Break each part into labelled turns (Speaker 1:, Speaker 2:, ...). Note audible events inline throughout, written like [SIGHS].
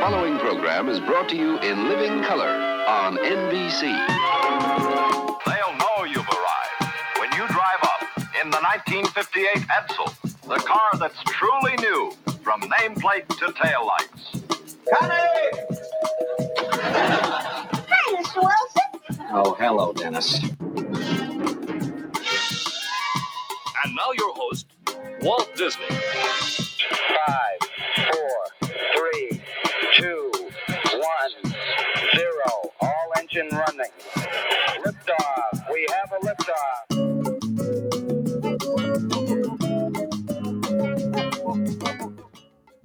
Speaker 1: following program is brought to you in living color on NBC.
Speaker 2: They'll know you've arrived when you drive up in the 1958 Edsel, the car that's truly new from nameplate to taillights. Connie!
Speaker 3: Hi, Mr. Wilson.
Speaker 4: Oh, hello, Dennis.
Speaker 5: And now your host, Walt Disney.
Speaker 4: Five, four, three, two, one, zero. All engine running. Liftoff. We have a liftoff.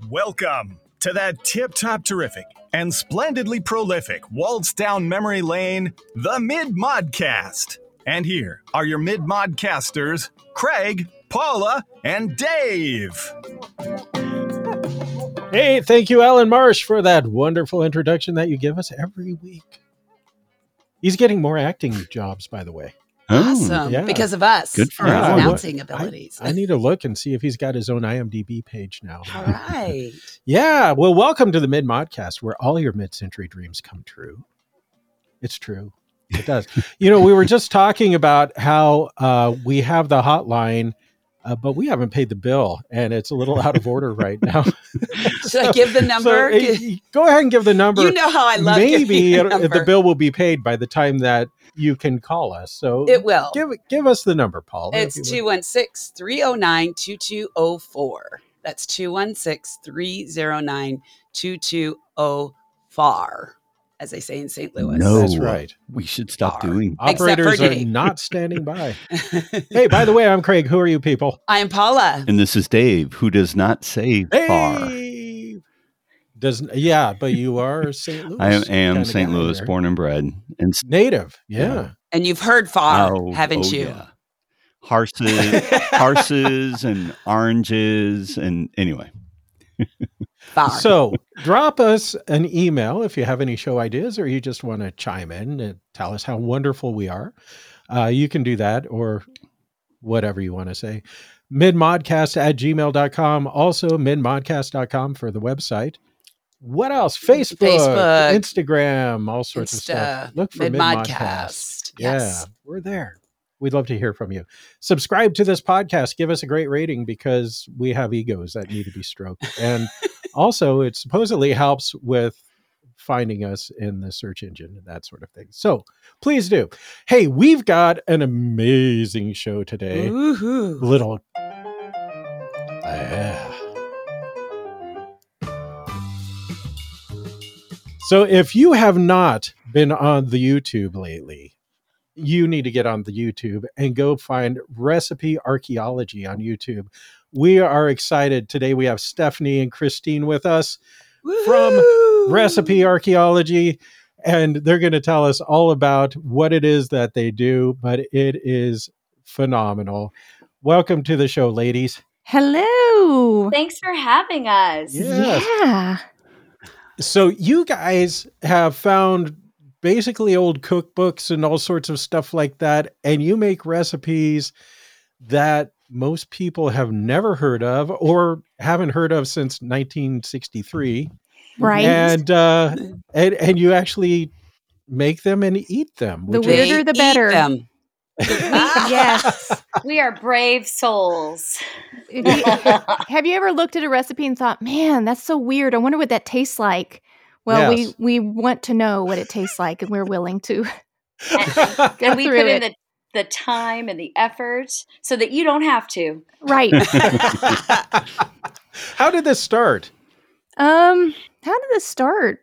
Speaker 6: Welcome to that tip top terrific and splendidly prolific waltz down memory lane, the Mid Modcast. And here are your Mid Modcasters, Craig, Paula, and Dave.
Speaker 7: Hey, thank you, Alan Marsh, for that wonderful introduction that you give us every week. He's getting more acting jobs, by the way.
Speaker 8: Awesome.
Speaker 7: yeah.
Speaker 8: Because of us.
Speaker 9: Oh, Good for
Speaker 8: our
Speaker 9: you.
Speaker 8: announcing
Speaker 7: I-
Speaker 8: abilities.
Speaker 7: I, need to look and see if he's got his own IMDb page now.
Speaker 8: All
Speaker 7: [LAUGHS]
Speaker 8: right.
Speaker 7: Yeah. Well, welcome to the Mid Modcast, where all your mid century dreams come true. It's true.
Speaker 8: [LAUGHS]
Speaker 7: It does. you know, we were just talking about how uh, we have the hotline, uh, but we haven't paid the bill, and it's a little out of order right now.
Speaker 8: [LAUGHS]
Speaker 7: [LAUGHS]
Speaker 8: Should I give the number?
Speaker 7: So, uh, go ahead and give the number.
Speaker 8: you know how I love
Speaker 7: Maybe
Speaker 8: giving
Speaker 7: it,
Speaker 8: the number.
Speaker 7: the bill will be paid by the time that you can call us. So
Speaker 8: It will.
Speaker 7: give give us the number, Paul.
Speaker 8: It's 216 309 2204. That's 216 309 2204, as they say in St. Louis.
Speaker 9: No.
Speaker 7: That's right.
Speaker 9: We should stop
Speaker 8: Bar.
Speaker 9: doing.
Speaker 8: Except for
Speaker 7: Operators are
Speaker 8: Dave.
Speaker 7: not
Speaker 8: [LAUGHS]
Speaker 7: standing by. hey, by the way, I'm Craig. Who are you people?
Speaker 8: I am Paula.
Speaker 9: And this is Dave, who does not say bar.
Speaker 7: Hey. Doesn't yeah, but you are St. Louis.
Speaker 9: I am, am
Speaker 7: kinda
Speaker 9: St.
Speaker 7: guy
Speaker 9: Louis,
Speaker 7: there.
Speaker 9: born and bred. And s-
Speaker 7: native. Yeah.
Speaker 9: Yeah.
Speaker 8: And you've heard far,
Speaker 9: oh,
Speaker 8: haven't
Speaker 9: oh,
Speaker 8: you?
Speaker 9: yeah. Horses,
Speaker 8: [LAUGHS]
Speaker 9: horses, and oranges, and anyway,
Speaker 8: Far.
Speaker 7: So drop us an email if you have any show ideas or you just want to chime in and tell us how wonderful we are. Uh, you can do that or whatever you want to say. Midmodcast at gmail.com. Also, midmodcast.com for the website. What else? Facebook,
Speaker 8: Facebook,
Speaker 7: Instagram, all sorts
Speaker 8: uh,
Speaker 7: of stuff.
Speaker 8: Insta,
Speaker 7: Look for Midmodcast.
Speaker 8: Mid-Modcast.
Speaker 7: Yeah, we're there. We'd love to hear from you. Subscribe to this podcast. Give us a great rating because we have egos that need to be stroked. And also, it supposedly helps with finding us in the search engine and that sort of thing. So please do. Hey, we've got an amazing show today.
Speaker 8: Woohoo.
Speaker 7: Little. Yeah. So if you have not been on the YouTube lately, you need to get on the YouTube and go find recipe archaeology on YouTube. We are excited. Today we have Stephanie and Christine with us, From
Speaker 8: Woohoo.
Speaker 7: recipe archaeology, and they're going to tell us all about what it is that they do, but it is phenomenal. Welcome to the show, ladies.
Speaker 10: Hello.
Speaker 3: Thanks for having us.
Speaker 7: Yes.
Speaker 10: Yeah.
Speaker 7: So you guys have found basically old cookbooks and all sorts of stuff like that, and you make recipes that most people have never heard of or haven't heard of since 1963,
Speaker 10: Right.
Speaker 7: and uh, and and you actually make them and eat them.
Speaker 10: The
Speaker 7: which
Speaker 8: They
Speaker 7: is-
Speaker 10: weirder
Speaker 8: eat
Speaker 10: the better. [LAUGHS]
Speaker 8: them.
Speaker 10: yes.
Speaker 3: We are brave souls.
Speaker 10: Do you-
Speaker 3: [LAUGHS]
Speaker 10: Have you ever looked at a recipe and thought, "Man, that's so weird. I wonder what that tastes like." Well,
Speaker 7: Yes.
Speaker 10: we we want to know what it tastes like, and we're willing [LAUGHS] to.
Speaker 3: and we
Speaker 10: through
Speaker 3: put in
Speaker 10: it.
Speaker 3: the, the time and the effort so that you don't have to.
Speaker 10: Right.
Speaker 7: [LAUGHS] How did this start? [LAUGHS]
Speaker 10: um. How did this start?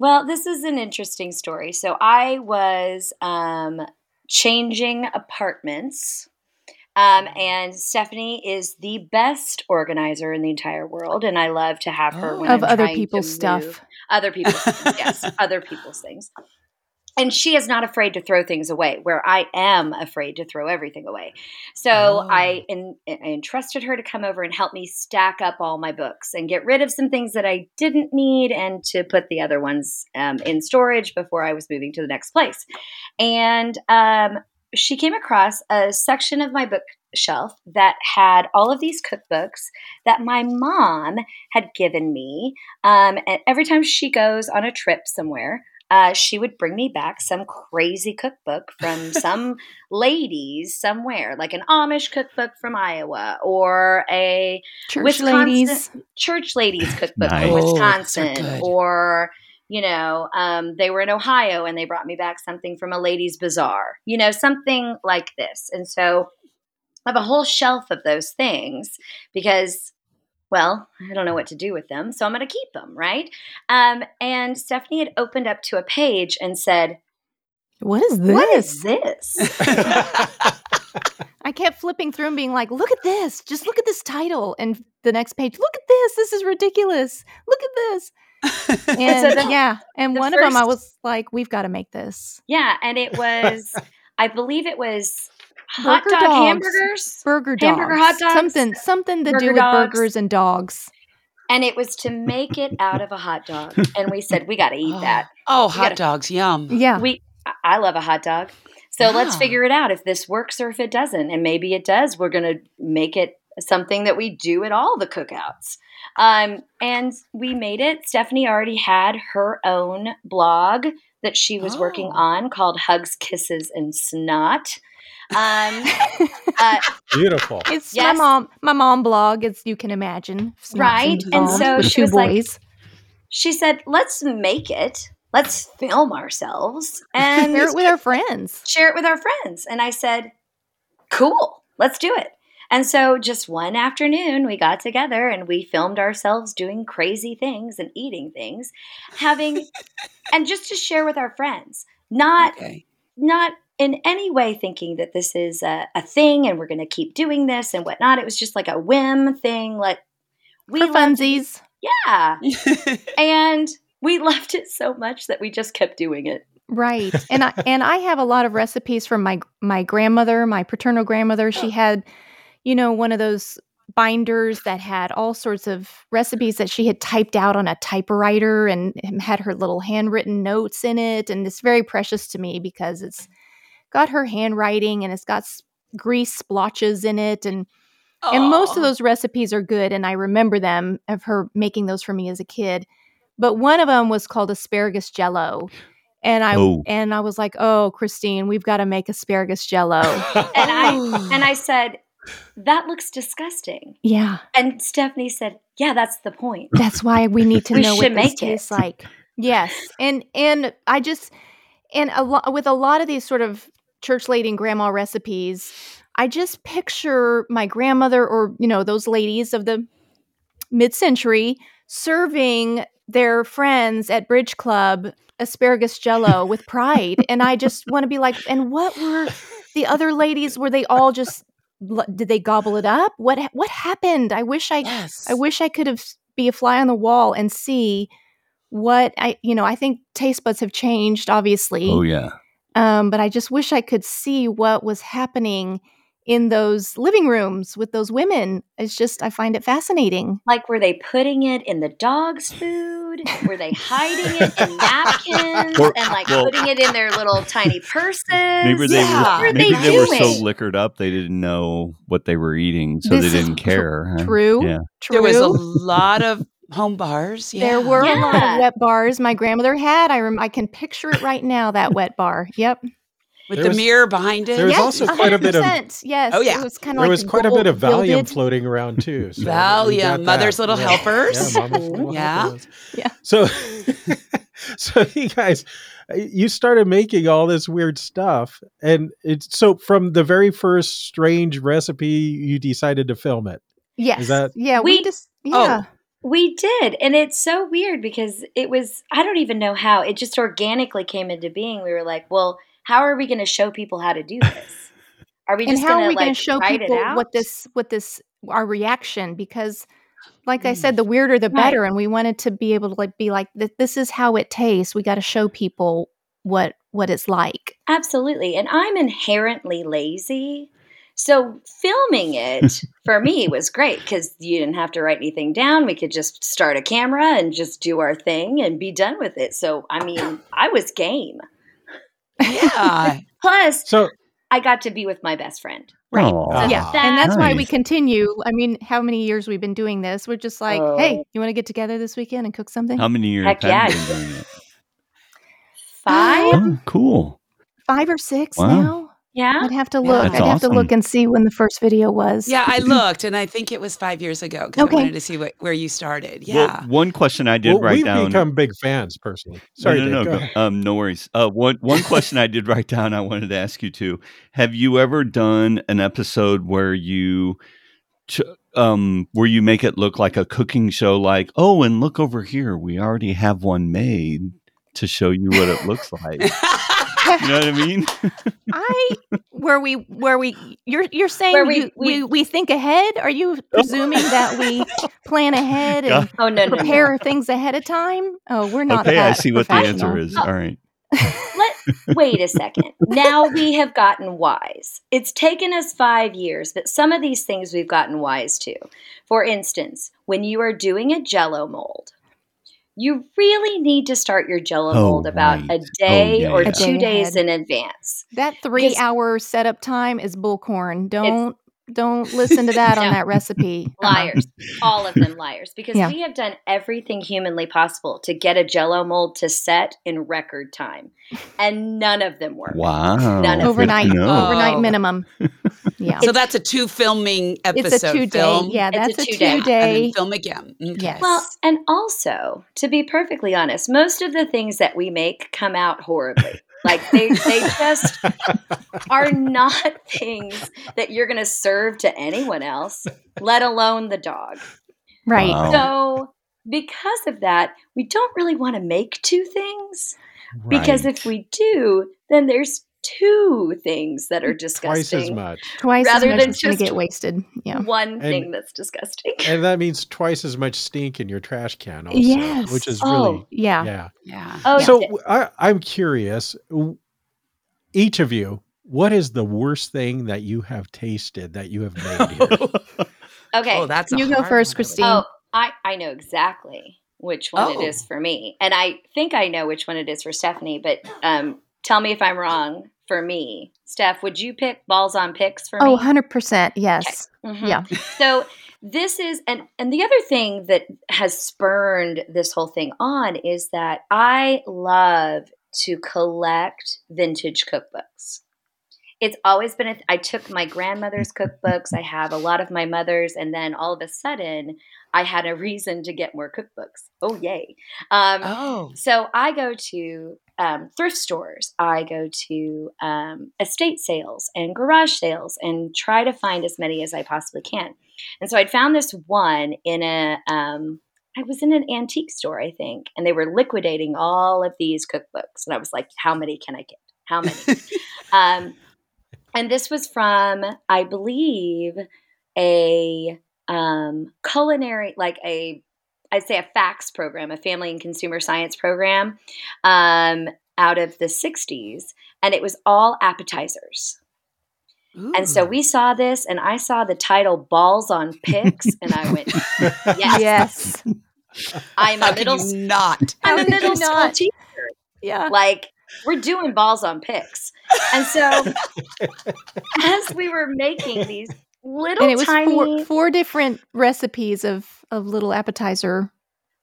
Speaker 3: Well, this is an interesting story. So I was um, changing apartments. Um, and Stephanie is the best organizer in the entire world, and I love to have her when
Speaker 8: Oh.
Speaker 10: of
Speaker 3: I'm
Speaker 10: other
Speaker 3: trying to
Speaker 10: people's stuff.
Speaker 3: move other people's things, yes, other people's things. And she is not afraid to throw things away, where I am afraid to throw everything away. So
Speaker 8: Oh.
Speaker 3: I, en- I entrusted her to come over and help me stack up all my books and get rid of some things that I didn't need and to put the other ones um, in storage before I was moving to the next place. And um, she came across a section of my bookshelf that had all of these cookbooks that my mom had given me. Um, and every time she goes on a trip somewhere, uh, she would bring me back some crazy cookbook from some ladies somewhere, like an Amish cookbook from Iowa or a
Speaker 10: Church
Speaker 3: Wisconsin
Speaker 10: ladies.
Speaker 3: church ladies cookbook
Speaker 9: Nice.
Speaker 3: from
Speaker 9: Oh, those are
Speaker 3: Wisconsin
Speaker 9: good.
Speaker 3: or you know um, they were in Ohio and they brought me back something from a ladies bazaar, you know something like this. And so I have a whole shelf of those things because well, I don't know what to do with them, so I'm going to keep them, right? Um, and Stephanie had opened up to a page and said,
Speaker 10: What is this?
Speaker 3: "What is this?"
Speaker 7: [LAUGHS]
Speaker 10: I kept flipping through and being like, look at this. Just look at this title. And the next page, look at this. This is ridiculous. Look at [LAUGHS] this. And
Speaker 3: the-
Speaker 10: yeah. And
Speaker 3: the
Speaker 10: one of them, I
Speaker 3: first-
Speaker 10: was like, we've got to make this.
Speaker 3: yeah, and it was, I believe it was hot
Speaker 10: Burger
Speaker 3: dog
Speaker 10: dogs.
Speaker 3: hamburgers,
Speaker 10: Burger dogs.
Speaker 3: hamburger hot dogs,
Speaker 10: Something, something to
Speaker 3: Burger
Speaker 10: do with
Speaker 3: dogs.
Speaker 10: burgers and dogs.
Speaker 3: and it was to make it out of a hot dog. And we said, "We got to
Speaker 8: [GASPS]
Speaker 3: eat
Speaker 10: [GASPS]
Speaker 3: that."
Speaker 8: Oh,
Speaker 3: We
Speaker 8: hot
Speaker 3: gotta-
Speaker 8: dogs, yum.
Speaker 10: Yeah.
Speaker 3: We, I- I love a hot dog. So let's
Speaker 8: Yeah.
Speaker 3: figure it out if this works or if it doesn't. And maybe it does. We're going to make it something that we do at all the cookouts. Um, and we made it. Stephanie already had her own blog that she was working
Speaker 8: Oh.
Speaker 3: on called Hugs, Kisses, and Snot. Um, uh,
Speaker 8: [LAUGHS]
Speaker 7: Beautiful.
Speaker 10: [LAUGHS] It's
Speaker 3: Yes.
Speaker 10: my mom. My mom blog, as you can imagine, It's not
Speaker 3: Right, and
Speaker 10: involved
Speaker 3: so
Speaker 10: with
Speaker 3: she
Speaker 10: two
Speaker 3: was like-
Speaker 10: boys. [LAUGHS]
Speaker 3: she said, let's make it. Let's film ourselves
Speaker 10: and
Speaker 3: and
Speaker 10: share it with our friends.
Speaker 3: share it with our friends. And I said, cool, let's do it. And so just one afternoon, we got together and we filmed ourselves doing crazy things and eating things,
Speaker 10: [LAUGHS]
Speaker 3: having, and just to share with our friends, not, [LAUGHS]
Speaker 8: Okay.
Speaker 3: not in any way thinking that this is a, a thing and we're going to keep doing this and whatnot. It was just like a whim thing. Like we
Speaker 10: For
Speaker 3: loved-
Speaker 10: funsies.
Speaker 3: yeah. And we [LAUGHS] loved it so much that we just kept doing it.
Speaker 10: Right. And I and I have a lot of recipes from my my grandmother, my paternal grandmother. She had, you know, one of those binders that had all sorts of recipes that she had typed out on a typewriter and had her little handwritten notes in it and it's very precious to me because it's got her handwriting and it's got s- grease splotches in it and And most of
Speaker 8: Aw.
Speaker 10: those recipes are good, and I remember them of her making those for me as a kid. But one of them was called asparagus jello. And I
Speaker 9: Oh.
Speaker 10: and I was like, "Oh, Christine, we've got to make asparagus
Speaker 7: [LAUGHS]
Speaker 10: jello."
Speaker 3: And
Speaker 10: Oh.
Speaker 3: I and I said, that looks disgusting.
Speaker 10: yeah,
Speaker 3: And Stephanie said, "Yeah, that's the point."
Speaker 10: that's why we need to
Speaker 3: We
Speaker 10: know what
Speaker 3: should
Speaker 10: this
Speaker 3: make it.
Speaker 10: tastes like. Yes, and and I just and a lot with a lot of these sort of church lady and grandma recipes, I just picture my grandmother or you know those ladies of the mid-century serving their friends at bridge club asparagus jello with pride and i just want to be like and what were the other ladies were they all just l- did they gobble it up what ha- what happened i wish i
Speaker 8: Yes.
Speaker 10: i wish i could have s- be a fly on the wall and see what i you know i think taste buds have changed obviously
Speaker 9: Oh yeah.
Speaker 10: um, but I just wish I could see what was happening in those living rooms with those women. It's just I find it fascinating.
Speaker 3: Like, were they putting it in the dog's food? Were they hiding it
Speaker 10: [LAUGHS]
Speaker 3: in napkins
Speaker 9: Or-
Speaker 3: and like
Speaker 9: well-
Speaker 3: putting it in their little tiny purses?
Speaker 9: Maybe they
Speaker 8: Yeah.
Speaker 9: were
Speaker 3: What were
Speaker 9: maybe
Speaker 3: they
Speaker 9: they, were so
Speaker 3: doing?
Speaker 9: liquored up they didn't know what they were eating, so
Speaker 10: This
Speaker 9: they
Speaker 10: is
Speaker 9: didn't
Speaker 10: tr-
Speaker 9: care. huh?
Speaker 10: True.
Speaker 9: Yeah.
Speaker 10: True.
Speaker 8: There was a lot of home bars. Yeah.
Speaker 10: There were a lot of
Speaker 3: Yeah.
Speaker 10: wet bars my grandmother had. I rem- I can picture it right now. That wet bar. Yep.
Speaker 8: with
Speaker 7: There
Speaker 8: the
Speaker 7: was-
Speaker 8: mirror behind it.
Speaker 7: there was also
Speaker 10: a
Speaker 7: quite a bit of-
Speaker 10: 100%. yes.
Speaker 8: Oh, yeah.
Speaker 10: It was kind of
Speaker 7: There
Speaker 10: like
Speaker 7: was quite a
Speaker 10: gold-
Speaker 7: bit of Valium
Speaker 10: gilded.
Speaker 7: floating around too. So we got
Speaker 8: Valium, Mother's
Speaker 7: that.
Speaker 8: Little
Speaker 7: Yeah.
Speaker 8: Helpers.
Speaker 7: Yeah, Mama's Little
Speaker 8: Yeah.
Speaker 7: Helpers.
Speaker 10: Yeah.
Speaker 7: So, [LAUGHS] so you guys, you started making all this weird stuff, and it's so from the very first strange recipe, you decided to film it.
Speaker 10: Yes.
Speaker 7: that-
Speaker 10: yeah.
Speaker 3: We- Oh,
Speaker 10: We just yeah.
Speaker 3: We did. And it's so weird because it was, I don't even know how, it just organically came into being. We were like, well, how are we going to show people how to do this? Are we
Speaker 10: and
Speaker 3: just
Speaker 10: how
Speaker 3: going to
Speaker 10: are we going
Speaker 3: like
Speaker 10: to show
Speaker 3: write
Speaker 10: people
Speaker 3: it out?
Speaker 10: what this what this our reaction because like i
Speaker 8: Mm.
Speaker 10: said the weirder the
Speaker 3: Right.
Speaker 10: better and we wanted to be able to like be like "Th- this is how it tastes we got to show people what what it's like
Speaker 3: Absolutely. And I'm inherently lazy. So filming it for me was great because you didn't have to write anything down. We could just start a camera and just do our thing and be done with it. So, I mean, I was game.
Speaker 10: [LAUGHS]
Speaker 8: Yeah.
Speaker 3: Plus,
Speaker 7: So
Speaker 3: I got to be with my best friend.
Speaker 10: Right.
Speaker 9: Aw.
Speaker 10: yeah. and that's why we
Speaker 9: Nice.
Speaker 10: continue. I mean, how many years we've been doing this? We're just like,
Speaker 3: Oh.
Speaker 10: hey, you want to get together this weekend and cook something?
Speaker 9: How many years
Speaker 3: Heck
Speaker 9: have you
Speaker 3: yeah.
Speaker 9: been doing it?
Speaker 10: [GASPS]
Speaker 3: Five.
Speaker 9: Oh, cool.
Speaker 10: Five or six
Speaker 9: Wow.
Speaker 10: now?
Speaker 3: Yeah.
Speaker 10: I'd have to
Speaker 8: Yeah.
Speaker 10: look.
Speaker 9: That's
Speaker 10: I'd have to look
Speaker 9: awesome.
Speaker 10: and see when the first video
Speaker 3: [LAUGHS]
Speaker 10: was. [LAUGHS]
Speaker 8: Yeah, I looked, and I think it was five years ago because I
Speaker 10: Okay.
Speaker 8: wanted to see what, where you started.
Speaker 9: Well,
Speaker 8: Yeah.
Speaker 9: one question I did
Speaker 7: well,
Speaker 9: write
Speaker 7: we've
Speaker 9: down.
Speaker 7: become big fans personally.
Speaker 9: No,
Speaker 7: Sorry,
Speaker 9: no,
Speaker 7: Dave,
Speaker 9: no,
Speaker 7: go
Speaker 9: go-
Speaker 7: ahead.
Speaker 9: um, no worries. Uh, one
Speaker 7: [LAUGHS]
Speaker 9: one question I did write down. I wanted to ask you too. Have you ever done an episode where you, ch- um, where you make it look like a cooking show? Like, oh, and look over here, we already have one made to show you what it looks like. you know what I mean?
Speaker 10: I where we where we you're you're saying
Speaker 3: Where we-
Speaker 10: you- we,
Speaker 3: we-
Speaker 10: we think ahead? Are you presuming that we plan ahead and
Speaker 9: God.
Speaker 3: Oh no, no, no.
Speaker 10: prepare things ahead of time? Oh, we're not.
Speaker 9: okay, I
Speaker 10: that
Speaker 9: see what the answer
Speaker 10: professional.
Speaker 9: is. All right.
Speaker 3: Let wait a second. Now we have gotten wise. It's taken us five years, but some of these things we've gotten wise to. For instance, when you are doing a Jello mold, you really need to start your Jello
Speaker 9: Oh,
Speaker 3: mold about
Speaker 9: right.
Speaker 3: a day
Speaker 9: yeah,
Speaker 3: or
Speaker 9: yeah.
Speaker 10: A
Speaker 3: two
Speaker 10: day
Speaker 3: days
Speaker 10: ahead.
Speaker 3: in advance.
Speaker 10: That three
Speaker 3: Because-
Speaker 10: hour setup time is bullcorn. Don't don't listen to that
Speaker 3: No.
Speaker 10: on that recipe.
Speaker 9: Uh-huh.
Speaker 10: Uh-uh.
Speaker 3: Liars, all of them liars, because
Speaker 10: Yeah.
Speaker 3: we have done everything humanly possible to get a Jello mold to set in record time, and none of them work.
Speaker 9: Wow.
Speaker 3: None of
Speaker 9: good to
Speaker 10: Overnight.
Speaker 9: know.
Speaker 10: Uh-huh. Overnight
Speaker 8: Oh.
Speaker 10: minimum. Yeah.
Speaker 8: [LAUGHS] so that's a two filming episode.
Speaker 10: it's a two day.
Speaker 8: film.
Speaker 10: Yeah,
Speaker 3: It's a
Speaker 10: that's a two
Speaker 3: two-day.
Speaker 10: day.
Speaker 8: Yeah, And then film again. Okay.
Speaker 10: Yes.
Speaker 3: Well, and also, to be perfectly honest, most of the things that we make come out horribly. Like they, they just are not [LAUGHS] things that you're going to serve to anyone else, let alone the dog.
Speaker 10: Right.
Speaker 7: Oh.
Speaker 9: Wow.
Speaker 3: So, because of that, we don't really want to make two things because
Speaker 9: Right.
Speaker 3: if we do, then there's two things that are
Speaker 7: Twice as
Speaker 3: disgusting.
Speaker 7: much.
Speaker 10: Twice
Speaker 3: Rather
Speaker 10: as much
Speaker 3: than
Speaker 10: is going
Speaker 3: just-
Speaker 10: to get wasted. Yeah.
Speaker 3: One
Speaker 7: And-
Speaker 3: thing that's disgusting.
Speaker 7: And that means twice as much stink in your trash can also,
Speaker 10: Yes.
Speaker 7: which is
Speaker 3: [LAUGHS] Oh,
Speaker 7: really
Speaker 10: Yeah.
Speaker 7: yeah.
Speaker 8: Yeah.
Speaker 3: Oh,
Speaker 7: So
Speaker 3: d-
Speaker 7: w- I, am curious, w- each of you, what is the worst thing that you have tasted that you have made here?
Speaker 3: okay.
Speaker 8: Oh, that's a
Speaker 10: You go
Speaker 8: hard
Speaker 10: first,
Speaker 8: one.
Speaker 10: Christine.
Speaker 3: Oh, I, I know exactly which one
Speaker 8: Oh.
Speaker 3: it is for me. And I think I know which one it is for Stephanie, but um, tell me if I'm wrong for me. Steph, would you pick balls on picks for
Speaker 10: Oh,
Speaker 3: me?
Speaker 10: 100%. Yes.
Speaker 3: Mhm.
Speaker 10: Yeah.
Speaker 3: So this is and and the other thing that has spurned this whole thing on is that I love to collect vintage cookbooks. It's always been a th- I took my grandmother's cookbooks, I have a lot of my mother's and then all of a sudden I had a reason to get more cookbooks. Oh yay. Um,
Speaker 8: Oh.
Speaker 3: so I go to um, thrift stores, I go to um, estate sales and garage sales and try to find as many as I possibly can. And so I'd found this one in a, um, I was in an antique store, I think, and they were liquidating all of these cookbooks. And I was like, how many can I get? How many? um, and this was from, I believe, a um, culinary, like a, I'd say a FACS program, a family and consumer science program um, out of the 60s. And it was all appetizers. And so
Speaker 8: Ooh.
Speaker 3: we saw this, and I saw the title Balls on Picks, and I
Speaker 8: [LAUGHS]
Speaker 3: went, Yes,
Speaker 10: Yes.
Speaker 3: I'm
Speaker 8: How
Speaker 3: a
Speaker 8: could
Speaker 3: middle,
Speaker 8: you [LAUGHS] not?
Speaker 10: How
Speaker 3: I'm a
Speaker 10: could you
Speaker 3: middle school
Speaker 10: not?
Speaker 3: teacher.
Speaker 10: yeah.
Speaker 3: Like, we're doing balls on picks. And
Speaker 8: [LAUGHS]
Speaker 3: so as we were making these little
Speaker 10: and it was
Speaker 3: tiny
Speaker 10: four four different recipes of of little appetizer.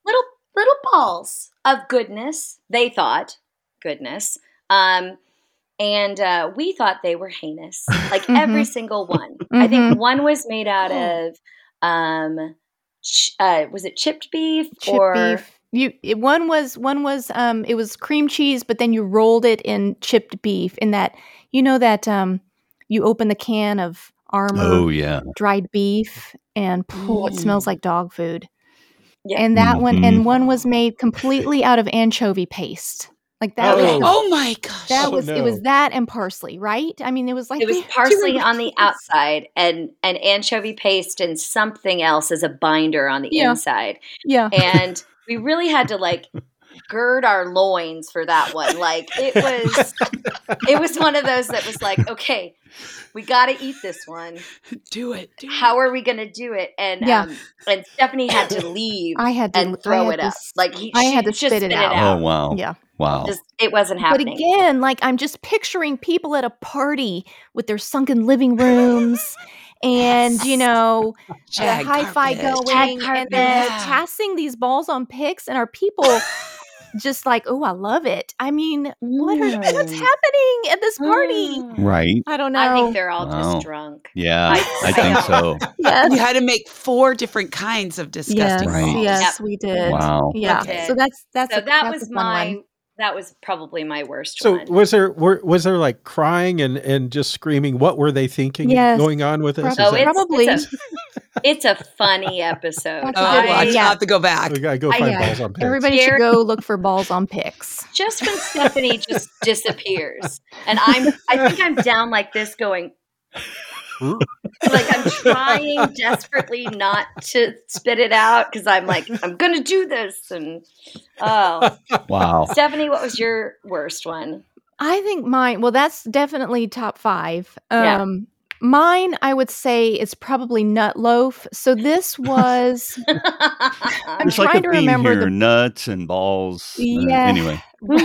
Speaker 3: little little balls of goodness they thought goodness um and uh, we thought they were heinous like
Speaker 10: [LAUGHS]
Speaker 3: every
Speaker 10: Mm-hmm.
Speaker 3: single one i think
Speaker 10: Mhm.
Speaker 3: one was made out
Speaker 8: Oh.
Speaker 3: of um ch- uh, was it chipped beef
Speaker 10: Chip
Speaker 3: or
Speaker 10: beef. You it, one was one was um it was cream cheese, but then you rolled it in chipped beef. In that you know that um you open the can of armor
Speaker 9: Oh yeah.
Speaker 10: dried beef and pooh, it smells
Speaker 8: Mm.
Speaker 10: like dog food.
Speaker 3: Yeah.
Speaker 10: And that one
Speaker 9: Mhm.
Speaker 7: Mm-hmm.
Speaker 10: and one was made completely out of anchovy paste. Like that was
Speaker 7: Oh.
Speaker 10: the
Speaker 8: Oh my gosh.
Speaker 10: That
Speaker 7: Oh,
Speaker 10: was it. Was
Speaker 7: no.
Speaker 10: that and parsley, right? I mean, it was like
Speaker 3: it was
Speaker 10: we- [LAUGHS] two
Speaker 3: parsley on the
Speaker 10: ingredients.
Speaker 3: outside and and anchovy paste and something else as a binder on the
Speaker 10: Yeah.
Speaker 3: inside
Speaker 10: Yeah,
Speaker 3: and we really had to like gird our loins for that one. Like it was, it was one of those that was like, okay, we got to eat this one.
Speaker 8: Do it. Do
Speaker 3: How are we going to do it? And
Speaker 10: Yeah.
Speaker 3: um, and Stephanie had to leave.
Speaker 10: I had to- I
Speaker 3: and throw
Speaker 10: had
Speaker 3: it
Speaker 10: to
Speaker 3: up.
Speaker 10: s-
Speaker 3: Like he,
Speaker 10: I
Speaker 3: she
Speaker 10: had to
Speaker 3: just
Speaker 10: spit it out.
Speaker 9: Oh wow.
Speaker 10: Yeah.
Speaker 9: Wow.
Speaker 3: Just, it wasn't happening.
Speaker 10: But again, like I'm just picturing people at a party with their sunken
Speaker 3: [LAUGHS]
Speaker 10: living rooms and, you know, the
Speaker 8: Shag
Speaker 10: hi fi
Speaker 8: carpet.
Speaker 10: going and they're
Speaker 8: carpet.
Speaker 10: passing these balls on picks and
Speaker 3: [LAUGHS]
Speaker 10: our people just like, oh, I love it. I mean, what are, [LAUGHS] what's
Speaker 3: Mm.
Speaker 10: happening at this party?
Speaker 8: Mm.
Speaker 9: Right.
Speaker 10: I don't know.
Speaker 3: I think they're all
Speaker 9: Wow.
Speaker 3: just drunk.
Speaker 9: Yeah.
Speaker 3: I-
Speaker 9: I think so. [LAUGHS]
Speaker 10: yes.
Speaker 8: You had to make four different kinds of
Speaker 10: Yes,
Speaker 8: disgusting
Speaker 9: Right.
Speaker 8: balls.
Speaker 10: yes, we did. [LAUGHS]
Speaker 9: Wow.
Speaker 10: Yeah.
Speaker 3: Okay.
Speaker 10: So that's that's
Speaker 3: so
Speaker 10: a,
Speaker 3: that
Speaker 10: that's a
Speaker 3: was
Speaker 10: fun
Speaker 3: my
Speaker 10: one.
Speaker 3: that was probably my worst
Speaker 7: So
Speaker 3: one.
Speaker 7: was there were, was there like crying and and just screaming? What were they thinking
Speaker 10: Yes.
Speaker 7: going on with this? Is
Speaker 10: Prob-
Speaker 3: oh,
Speaker 7: that-
Speaker 3: it's,
Speaker 10: Probably.
Speaker 3: it's a [LAUGHS] it's a funny episode.
Speaker 10: That's
Speaker 8: Oh, good watch.
Speaker 3: I,
Speaker 10: Yeah.
Speaker 8: I'll have to go back.
Speaker 7: we gotta "Oh, go
Speaker 3: I-
Speaker 7: find
Speaker 10: yeah.
Speaker 7: balls on picks.
Speaker 10: Everybody should
Speaker 3: Jerry-
Speaker 10: go look for balls on picks.
Speaker 3: just when Stephanie just disappears, and I'm I think I'm down like this, going like I'm trying desperately not to spit it out because I'm like I'm gonna do this. And oh,
Speaker 9: Wow.
Speaker 3: Stephanie, what was your worst one? [LAUGHS]
Speaker 10: I think mine, well, that's definitely top five.
Speaker 3: Yeah.
Speaker 10: Um, Mine, I would say, is probably Nut Loaf. So this was, I'm
Speaker 9: There's like a
Speaker 10: trying to
Speaker 9: theme
Speaker 10: remember
Speaker 9: here:
Speaker 10: the-
Speaker 9: nuts and balls. Uh,
Speaker 10: Yeah.
Speaker 9: anyway,
Speaker 7: [LAUGHS]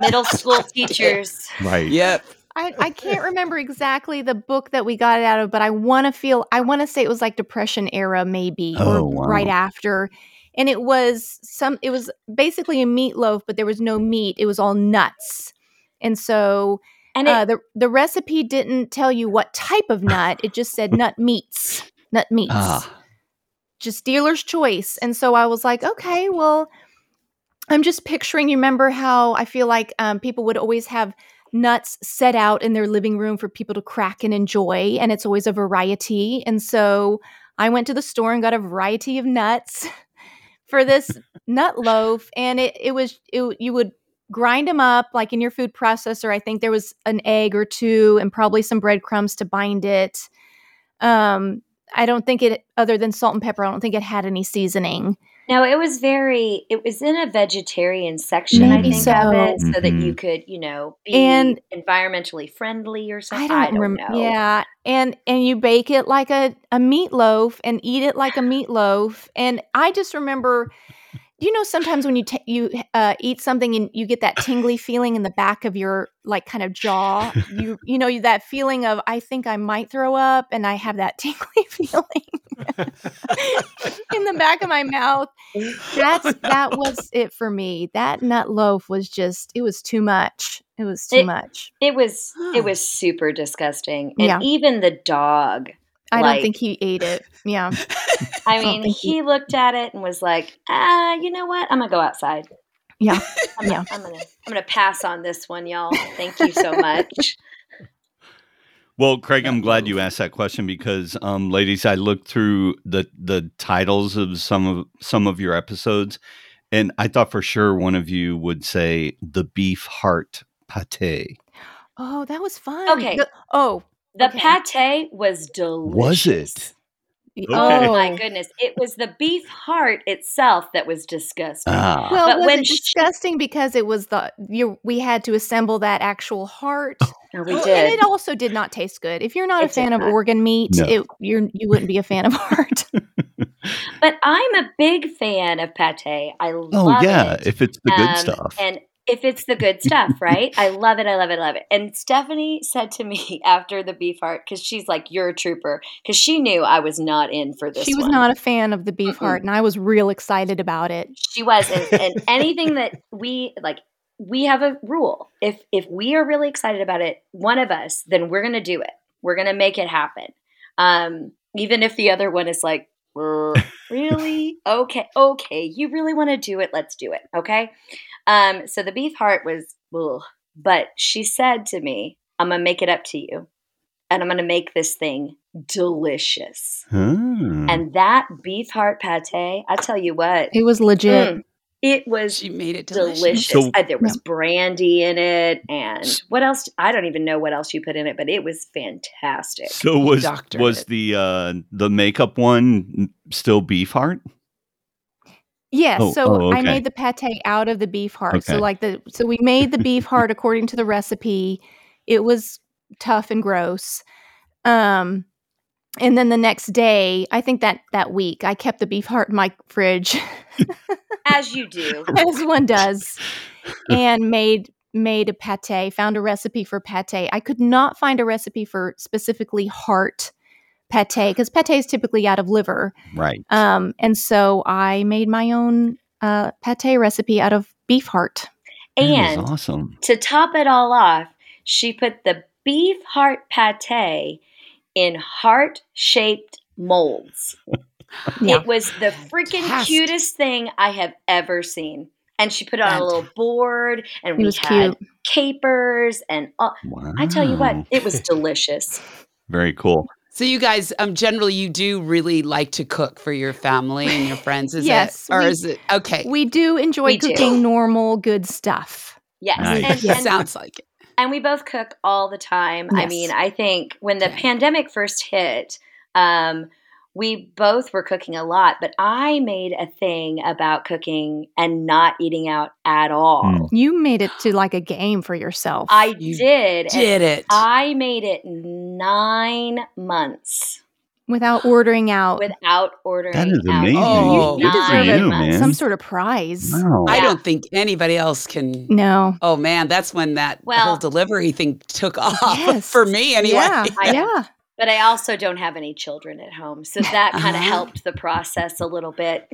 Speaker 3: Middle school teachers.
Speaker 9: right.
Speaker 8: Yep.
Speaker 10: I, I can't remember exactly the book that we got it out of, but I want to feel, I want to say it was like Depression era, maybe, or
Speaker 9: Oh, wow.
Speaker 10: right after. And it was some, it was basically a meatloaf, but there was no meat. It was all nuts. And so
Speaker 3: And it,
Speaker 10: uh, the the recipe didn't tell you what type of nut. It just said nut meats, nut meats,
Speaker 9: Ah.
Speaker 10: just dealer's choice. And so I was like, okay, well, I'm just picturing. You remember how I feel like um, people would always have nuts set out in their living room for people to crack and enjoy, and it's always a variety. And so I went to the store and got a variety of nuts [LAUGHS] for this nut loaf, and it it was it, you would grind them up like in your food processor. I think there was an egg or two, and probably some breadcrumbs to bind it. Um, I don't think it other than salt and pepper. I don't think it had any seasoning.
Speaker 3: No, it was very. It was in a vegetarian section, I
Speaker 9: Maybe
Speaker 3: think, of it,
Speaker 9: so.
Speaker 3: so that you
Speaker 9: Mhm.
Speaker 3: could, you know, be
Speaker 10: And-
Speaker 3: environmentally friendly or
Speaker 10: I
Speaker 3: something.
Speaker 10: don't,
Speaker 3: I don't
Speaker 10: rem-
Speaker 3: know.
Speaker 10: Yeah, and and you bake it like a a meatloaf and eat
Speaker 3: [SIGHS]
Speaker 10: it like a meatloaf. And I just remember, you know, sometimes when you ta you uh, eat something and you get that
Speaker 3: [LAUGHS]
Speaker 10: tingly feeling in the back of your like kind of jaw. You you know that feeling of I think I might throw up, and I have that [LAUGHS] tingly feeling in the back of my mouth.
Speaker 3: [LAUGHS]
Speaker 10: That's that was it for me. That nut loaf was just it was too much. It was too
Speaker 3: It-
Speaker 10: much.
Speaker 3: It was.
Speaker 8: Huh.
Speaker 3: It was super disgusting, and
Speaker 10: Yeah.
Speaker 3: even the dog.
Speaker 10: I
Speaker 3: like,
Speaker 10: don't think he ate it. Yeah. [LAUGHS]
Speaker 3: I
Speaker 10: don't
Speaker 3: mean,
Speaker 10: think he-
Speaker 3: he looked at it and was like, "Ah, you know what? I'm gonna go outside.
Speaker 10: Yeah.
Speaker 3: I'm
Speaker 10: Oh.
Speaker 3: gonna, I'm gonna, I'm gonna pass on this one, y'all. Thank you
Speaker 10: [LAUGHS]
Speaker 3: so much."
Speaker 9: Well, Craig, I'm
Speaker 8: That
Speaker 9: glad
Speaker 8: move.
Speaker 9: you asked that question because, um, ladies, I looked through the the titles of some of some of your episodes, and I thought for sure one of you would say the beef heart pate.
Speaker 10: [LAUGHS] Oh, that was fun.
Speaker 3: Okay.
Speaker 10: The- oh,
Speaker 3: The
Speaker 10: Okay.
Speaker 3: pate was delicious.
Speaker 9: it?
Speaker 10: y-
Speaker 9: Okay.
Speaker 10: oh
Speaker 3: My goodness, it was the beef heart itself that was disgusting.
Speaker 9: Ah,
Speaker 10: Well,
Speaker 3: But
Speaker 10: was
Speaker 3: when
Speaker 10: it
Speaker 3: she-
Speaker 10: disgusting because it was the you? We had to assemble that actual heart,
Speaker 3: No, we
Speaker 8: Oh, and
Speaker 3: did.
Speaker 10: and it also did not taste good. If you're not
Speaker 3: It
Speaker 10: a
Speaker 3: did
Speaker 10: fan of
Speaker 3: not.
Speaker 10: organ meat,
Speaker 9: No.
Speaker 10: it, you're you wouldn't be a fan of [LAUGHS] heart.
Speaker 3: but I'm a big fan of pate. I
Speaker 9: oh
Speaker 3: love
Speaker 9: yeah,
Speaker 3: it.
Speaker 9: if it's the good
Speaker 3: Um,
Speaker 9: stuff.
Speaker 3: And if it's the good
Speaker 9: [LAUGHS]
Speaker 3: stuff, right? I love it. I love it. I love it. And Stephanie said to me [LAUGHS] after the beef heart, because she's like, "You're a trooper," because she knew I was not in for this.
Speaker 10: she was
Speaker 3: one.
Speaker 10: not a fan of the beef
Speaker 3: Mm-mm.
Speaker 10: heart, and I was real excited about it.
Speaker 3: She was, and, and anything that we like, we have a rule. If if we are really excited about it, one of us, then we're gonna do it. We're gonna make it happen. Um, even if the other one is like, "Uh, really? Okay, okay, you really want to do it? Let's do it. Okay. Um, so the beef heart was, ugh. but she said to me, "I'm gonna make it up to you, and I'm gonna make this thing delicious."
Speaker 9: Hmm.
Speaker 3: And that beef heart pate, I tell you what.
Speaker 10: It was legit.
Speaker 3: Mm. It was
Speaker 8: She made it delicious.
Speaker 3: delicious.
Speaker 9: So-
Speaker 3: Uh, there was brandy in it, and what else? I don't even know what else you put in it, but it was fantastic.
Speaker 9: So
Speaker 8: You
Speaker 9: was
Speaker 8: doctored
Speaker 9: was
Speaker 8: it.
Speaker 9: the uh, the makeup one still beef heart?
Speaker 10: Yeah,
Speaker 9: Oh,
Speaker 10: so
Speaker 9: oh,
Speaker 10: I
Speaker 9: okay.
Speaker 10: made the pate out of the beef heart. So
Speaker 9: Okay.
Speaker 10: like the so we made the
Speaker 9: [LAUGHS]
Speaker 10: beef heart according to the recipe. It was tough and gross. Um and then the next day, I think that that week, I kept the beef heart in my fridge [LAUGHS]
Speaker 3: As you do.
Speaker 10: as one does and made made a pate, found a recipe for pate. I could not find a recipe for specifically heart pate cuz pate is typically out of liver.
Speaker 9: Right.
Speaker 10: Um, and so I made my own uh, pate recipe out of beef heart.
Speaker 3: And
Speaker 9: That's awesome.
Speaker 3: to top it all off, she put the beef heart pate in heart shaped molds.
Speaker 10: Yeah.
Speaker 3: It was the freaking
Speaker 8: Fantastic.
Speaker 3: cutest thing I have ever seen. And she put it on a little board, and
Speaker 10: It
Speaker 3: we
Speaker 10: was
Speaker 3: had capers and all.
Speaker 9: Wow.
Speaker 3: I tell you what, it was delicious.
Speaker 9: Very cool.
Speaker 8: So you guys, um, generally you do really like to cook for your family and
Speaker 10: [LAUGHS]
Speaker 8: your friends, is
Speaker 10: Yes,
Speaker 8: it? Or
Speaker 10: we-
Speaker 8: is it okay?
Speaker 10: We do enjoy
Speaker 3: We do.
Speaker 10: cooking normal good stuff.
Speaker 3: Yes,
Speaker 9: Nice.
Speaker 3: and,
Speaker 8: It
Speaker 3: and
Speaker 8: sounds like it.
Speaker 3: and we both cook all the time. I
Speaker 10: Yes.
Speaker 3: mean, I think when the
Speaker 8: Okay.
Speaker 3: pandemic first hit, um, we both were cooking a lot, but I made a thing about cooking and not eating out at all.
Speaker 9: Mm.
Speaker 10: You made it to like a game for yourself.
Speaker 3: I
Speaker 8: You
Speaker 3: did. and
Speaker 8: Did it.
Speaker 10: Uh,
Speaker 3: I made it nine months
Speaker 10: without ordering out.
Speaker 3: without ordering.
Speaker 9: That is
Speaker 3: out.
Speaker 9: amazing.
Speaker 8: Oh,
Speaker 10: you
Speaker 9: Good for
Speaker 10: deserve
Speaker 3: nine
Speaker 9: you,
Speaker 3: months.
Speaker 9: man.
Speaker 10: some sort of prize.
Speaker 9: Wow.
Speaker 8: I
Speaker 3: Yeah.
Speaker 8: don't think anybody else can
Speaker 10: No.
Speaker 8: Oh man, that's when that
Speaker 3: Well-
Speaker 8: whole delivery thing took [LAUGHS] off
Speaker 10: Yes.
Speaker 8: for me anyway.
Speaker 10: Yeah.
Speaker 3: [LAUGHS] I-
Speaker 10: yeah.
Speaker 3: But I also don't have any children at home, so that kind of
Speaker 8: Uh-huh.
Speaker 3: helped the process a little bit.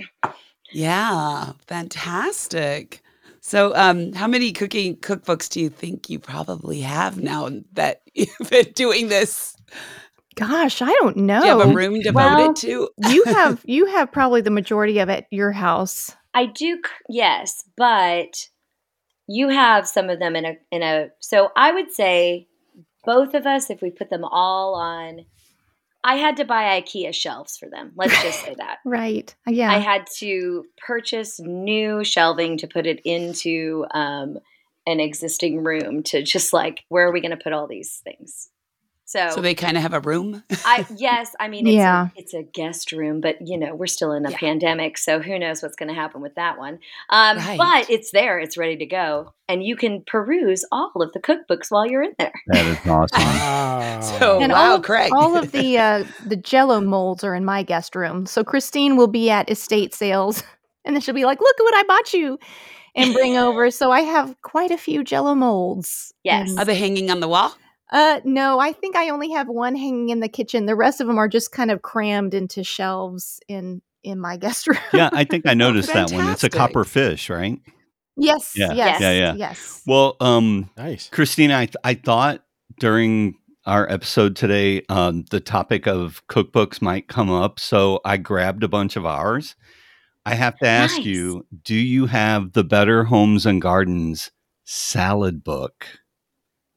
Speaker 8: Yeah, fantastic. So, um, how many cooking cookbooks do you think you probably have now that [LAUGHS] you've been doing this?
Speaker 10: Gosh, I don't know.
Speaker 8: Do you have
Speaker 9: Oh,
Speaker 8: a room devoted
Speaker 3: Well-
Speaker 8: to?
Speaker 10: you have you have probably the majority of it at your house.
Speaker 3: I do, c- yes, but you have some of them in a in a. So I would say both of us, if we put them all on, I had to buy IKEA shelves for them. Let's just say that
Speaker 10: Right. Yeah.
Speaker 3: I had to purchase new shelving to put it into um, an existing room to just like where are we going to put all these things? So,
Speaker 10: Oh.
Speaker 8: so they kind of have a
Speaker 10: [LAUGHS]
Speaker 8: room.
Speaker 3: I yes, I mean it's
Speaker 10: Yeah.
Speaker 3: a, it's a guest room, but you know we're still in a
Speaker 8: Yeah.
Speaker 3: pandemic, so who knows what's going to happen with that one. Um,
Speaker 8: Right.
Speaker 3: But it's there, it's ready to go, and you can peruse all of the cookbooks while you're in there.
Speaker 9: That is
Speaker 10: [LAUGHS]
Speaker 7: Oh,
Speaker 9: awesome.
Speaker 7: Wow.
Speaker 8: So,
Speaker 7: Ah,
Speaker 10: And
Speaker 8: wow,
Speaker 10: all of,
Speaker 8: Craig.
Speaker 10: all of the uh, the Jello molds are in my guest room. So Christine will be at estate sales, [LAUGHS] and then she'll be like, "Look at what I bought you," and bring over. So I have quite a few Jello molds.
Speaker 3: Yes.
Speaker 10: And,
Speaker 8: Are they hanging on the wall?
Speaker 10: uh, no, I think I only have one hanging in the kitchen. The rest of them are just kind of crammed into shelves in in my guest [LAUGHS] room.
Speaker 9: Yeah, I think I noticed that one. It's a
Speaker 8: fantastic.
Speaker 9: copper fish, right?
Speaker 10: yes,
Speaker 9: Yeah,
Speaker 10: yes,
Speaker 9: yeah, yeah.
Speaker 10: yes.
Speaker 9: Well, um,
Speaker 7: nice.
Speaker 9: Christina, I, I thought during our episode today, um, the topic of cookbooks might come up. So I grabbed a bunch of ours. I have to ask
Speaker 3: Nice.
Speaker 9: you do you have the Better Homes and Gardens salad book?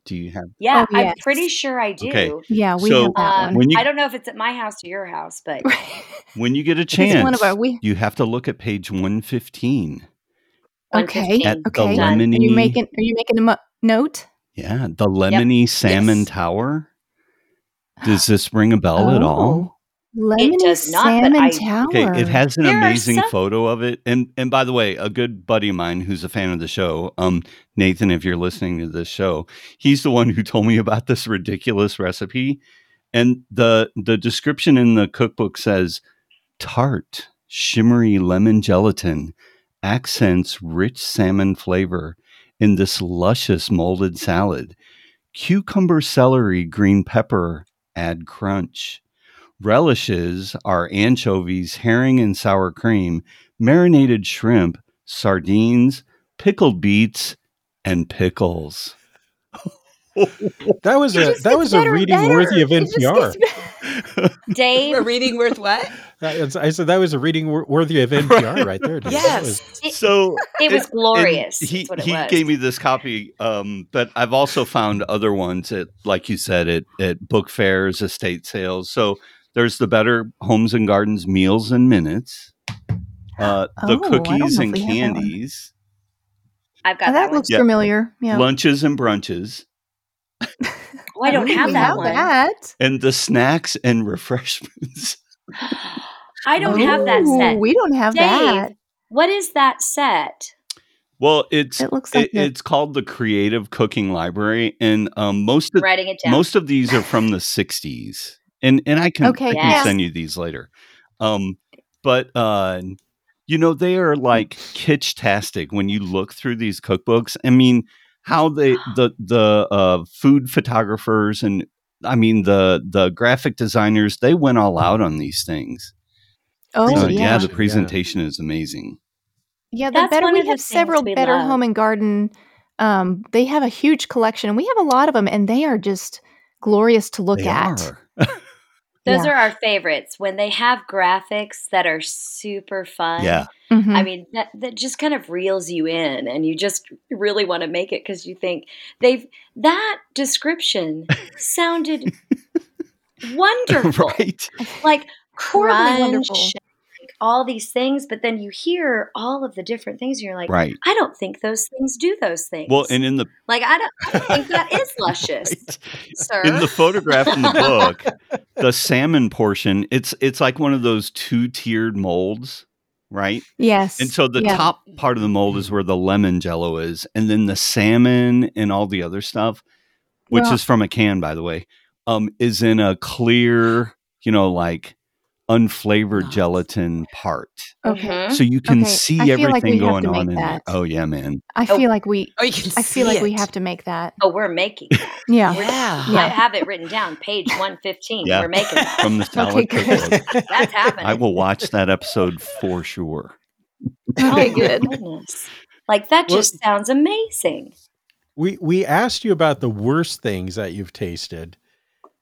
Speaker 9: Do you have?
Speaker 3: Yeah,
Speaker 10: Oh,
Speaker 3: I'm
Speaker 10: yes.
Speaker 3: pretty sure I do.
Speaker 9: Okay.
Speaker 10: Yeah, we
Speaker 9: So,
Speaker 10: have that
Speaker 3: Um,
Speaker 10: [LAUGHS]
Speaker 9: when you-
Speaker 3: I don't know if it's at my house or your house, but
Speaker 10: one.
Speaker 9: When you get a
Speaker 10: It's
Speaker 9: chance,
Speaker 10: one of our- we-
Speaker 9: you have to look at page 115
Speaker 10: okay.
Speaker 3: 115.
Speaker 9: at the
Speaker 10: Okay.
Speaker 3: Done.
Speaker 9: lemony.
Speaker 10: Are you making are you making a mo- note?
Speaker 9: Yeah, the lemony salmon
Speaker 8: Yes.
Speaker 9: tower. Does this ring a bell
Speaker 10: Oh.
Speaker 9: at all?
Speaker 10: Lemony
Speaker 3: does not, but
Speaker 10: salmon
Speaker 3: I-
Speaker 10: tower.
Speaker 9: Okay, it has an
Speaker 3: There are
Speaker 9: amazing
Speaker 3: some-
Speaker 9: photo of it. And and by the way, a good buddy of mine who's a fan of the show, um, Nathan, if you're listening to this show, he's the one who told me about this ridiculous recipe. And the the description in the cookbook says tart, shimmery lemon gelatin accents rich salmon flavor in this luscious molded salad. Cucumber, celery, green pepper add crunch. Relishes are anchovies, herring and sour cream, marinated shrimp, sardines, pickled beets, and pickles.
Speaker 7: That was
Speaker 10: It
Speaker 7: a
Speaker 10: just
Speaker 7: that
Speaker 10: gets
Speaker 7: was a
Speaker 10: better and
Speaker 7: reading
Speaker 10: better.
Speaker 7: worthy of
Speaker 10: It just
Speaker 7: NPR.
Speaker 10: gets better.
Speaker 8: We're
Speaker 3: Dave,
Speaker 8: reading worth what?
Speaker 7: That is- I said that was a reading wor- worthy of NPR right there. Dave. That was-
Speaker 8: yes.
Speaker 3: It-
Speaker 9: so
Speaker 3: it was
Speaker 9: and
Speaker 3: glorious.
Speaker 9: He
Speaker 3: That's what it
Speaker 9: he
Speaker 3: was.
Speaker 9: gave me this copy, um, but I've also found other ones at, like you said, at at book fairs, estate sales. So there's the Better Homes and Gardens Meals and Minutes, uh, the
Speaker 10: Oh, I don't
Speaker 9: cookies
Speaker 10: know if
Speaker 9: and
Speaker 10: we have that one.
Speaker 9: candies,
Speaker 3: I've got
Speaker 10: Oh,
Speaker 3: that,
Speaker 10: that
Speaker 3: one.
Speaker 10: looks
Speaker 9: Yeah.
Speaker 10: familiar. Yeah.
Speaker 9: lunches and brunches,
Speaker 3: Oh, I don't
Speaker 10: Ooh,
Speaker 3: have
Speaker 10: we
Speaker 3: that
Speaker 10: have
Speaker 3: one.
Speaker 10: that.
Speaker 9: and the snacks and [LAUGHS] refreshments.
Speaker 3: [GASPS] I don't have that
Speaker 10: Ooh,
Speaker 3: set.
Speaker 10: Oh. We don't have
Speaker 3: Dave,
Speaker 10: that.
Speaker 3: What is that set?
Speaker 9: Well, it's
Speaker 10: It looks
Speaker 9: it,
Speaker 10: like the-
Speaker 9: it's called the Creative Cooking Library, and um, most of
Speaker 3: Writing it down.
Speaker 9: most of these are from the '60s, and and I can
Speaker 10: Okay,
Speaker 9: I
Speaker 3: yeah.
Speaker 9: can send you these later. Um, but uh, you know they
Speaker 10: Mm.
Speaker 9: are like kitsch-tastic when you look through these cookbooks. I mean, how
Speaker 10: [GASPS]
Speaker 9: they the the uh, food photographers and I mean the the graphic designers they went all out on these things.
Speaker 10: Mm. Oh,
Speaker 9: So,
Speaker 10: yeah.
Speaker 9: yeah.
Speaker 10: yeah.
Speaker 9: the
Speaker 7: Yeah.
Speaker 9: presentation is amazing.
Speaker 10: the
Speaker 3: That's
Speaker 10: better
Speaker 3: one of
Speaker 10: we
Speaker 3: the
Speaker 10: have
Speaker 3: things
Speaker 10: several
Speaker 3: we
Speaker 10: better
Speaker 3: love.
Speaker 10: home and garden. Um, they have a huge collection, and we have a lot of them, and they are just glorious to look
Speaker 9: they
Speaker 10: at.
Speaker 9: are.
Speaker 3: Those
Speaker 10: Yeah.
Speaker 3: are our favorites when they have graphics that are super fun.
Speaker 9: yeah.
Speaker 10: Mhm.
Speaker 3: I mean, that, that just kind of reels you in, and you just really want to make it because you think they've that
Speaker 9: [LAUGHS]
Speaker 3: description sounded wonderful,
Speaker 9: [LAUGHS] right?
Speaker 3: like
Speaker 10: Horribly
Speaker 3: crunch,
Speaker 10: wonderful.
Speaker 3: shake, all these things. But then you hear all of the different things, and you're like,
Speaker 9: Right.
Speaker 3: I don't think those things do those things.
Speaker 9: Well, and
Speaker 10: [LAUGHS]
Speaker 9: in the
Speaker 3: like I don't, I don't think that is luscious,
Speaker 9: [LAUGHS] right,
Speaker 3: sir.
Speaker 9: in the photograph in the book,
Speaker 10: [LAUGHS]
Speaker 9: the salmon portion, it's it's like one of those two-tiered molds, right?
Speaker 10: yes.
Speaker 9: And so the
Speaker 10: yeah.
Speaker 9: top part of the mold is where the lemon jello is, and then the salmon and all the other stuff, which
Speaker 10: Well-
Speaker 9: is from a can, by the way, um, is in a clear, you know, like unflavored
Speaker 8: Nice.
Speaker 9: gelatin part.
Speaker 10: Okay.
Speaker 3: Mhm.
Speaker 9: So you can
Speaker 10: Mm. Okay,
Speaker 9: see
Speaker 10: I feel like
Speaker 9: everything
Speaker 10: we have
Speaker 9: going
Speaker 10: to
Speaker 9: on
Speaker 10: make
Speaker 9: in there.
Speaker 10: that.
Speaker 9: Oh yeah, man.
Speaker 10: I
Speaker 3: Oh.
Speaker 10: feel like we.
Speaker 8: Oh, you can.
Speaker 10: I feel like we
Speaker 8: see
Speaker 10: have
Speaker 8: it.
Speaker 10: to make that.
Speaker 3: Oh, we're making that.
Speaker 10: Yeah.
Speaker 8: Yeah.
Speaker 10: Yeah.
Speaker 3: I have it written down, page one fifteen.
Speaker 9: Yeah.
Speaker 3: We're making that.
Speaker 9: From the
Speaker 10: [LAUGHS] Okay,
Speaker 9: salad
Speaker 10: good.
Speaker 9: cookbook.
Speaker 3: [LAUGHS] That's
Speaker 9: [LAUGHS]
Speaker 3: happening.
Speaker 9: I will watch that episode for sure.
Speaker 10: Okay,
Speaker 3: Oh my
Speaker 10: good.
Speaker 3: goodness. Like that
Speaker 7: Well-
Speaker 3: just sounds amazing.
Speaker 7: we we asked you about the worst things that you've tasted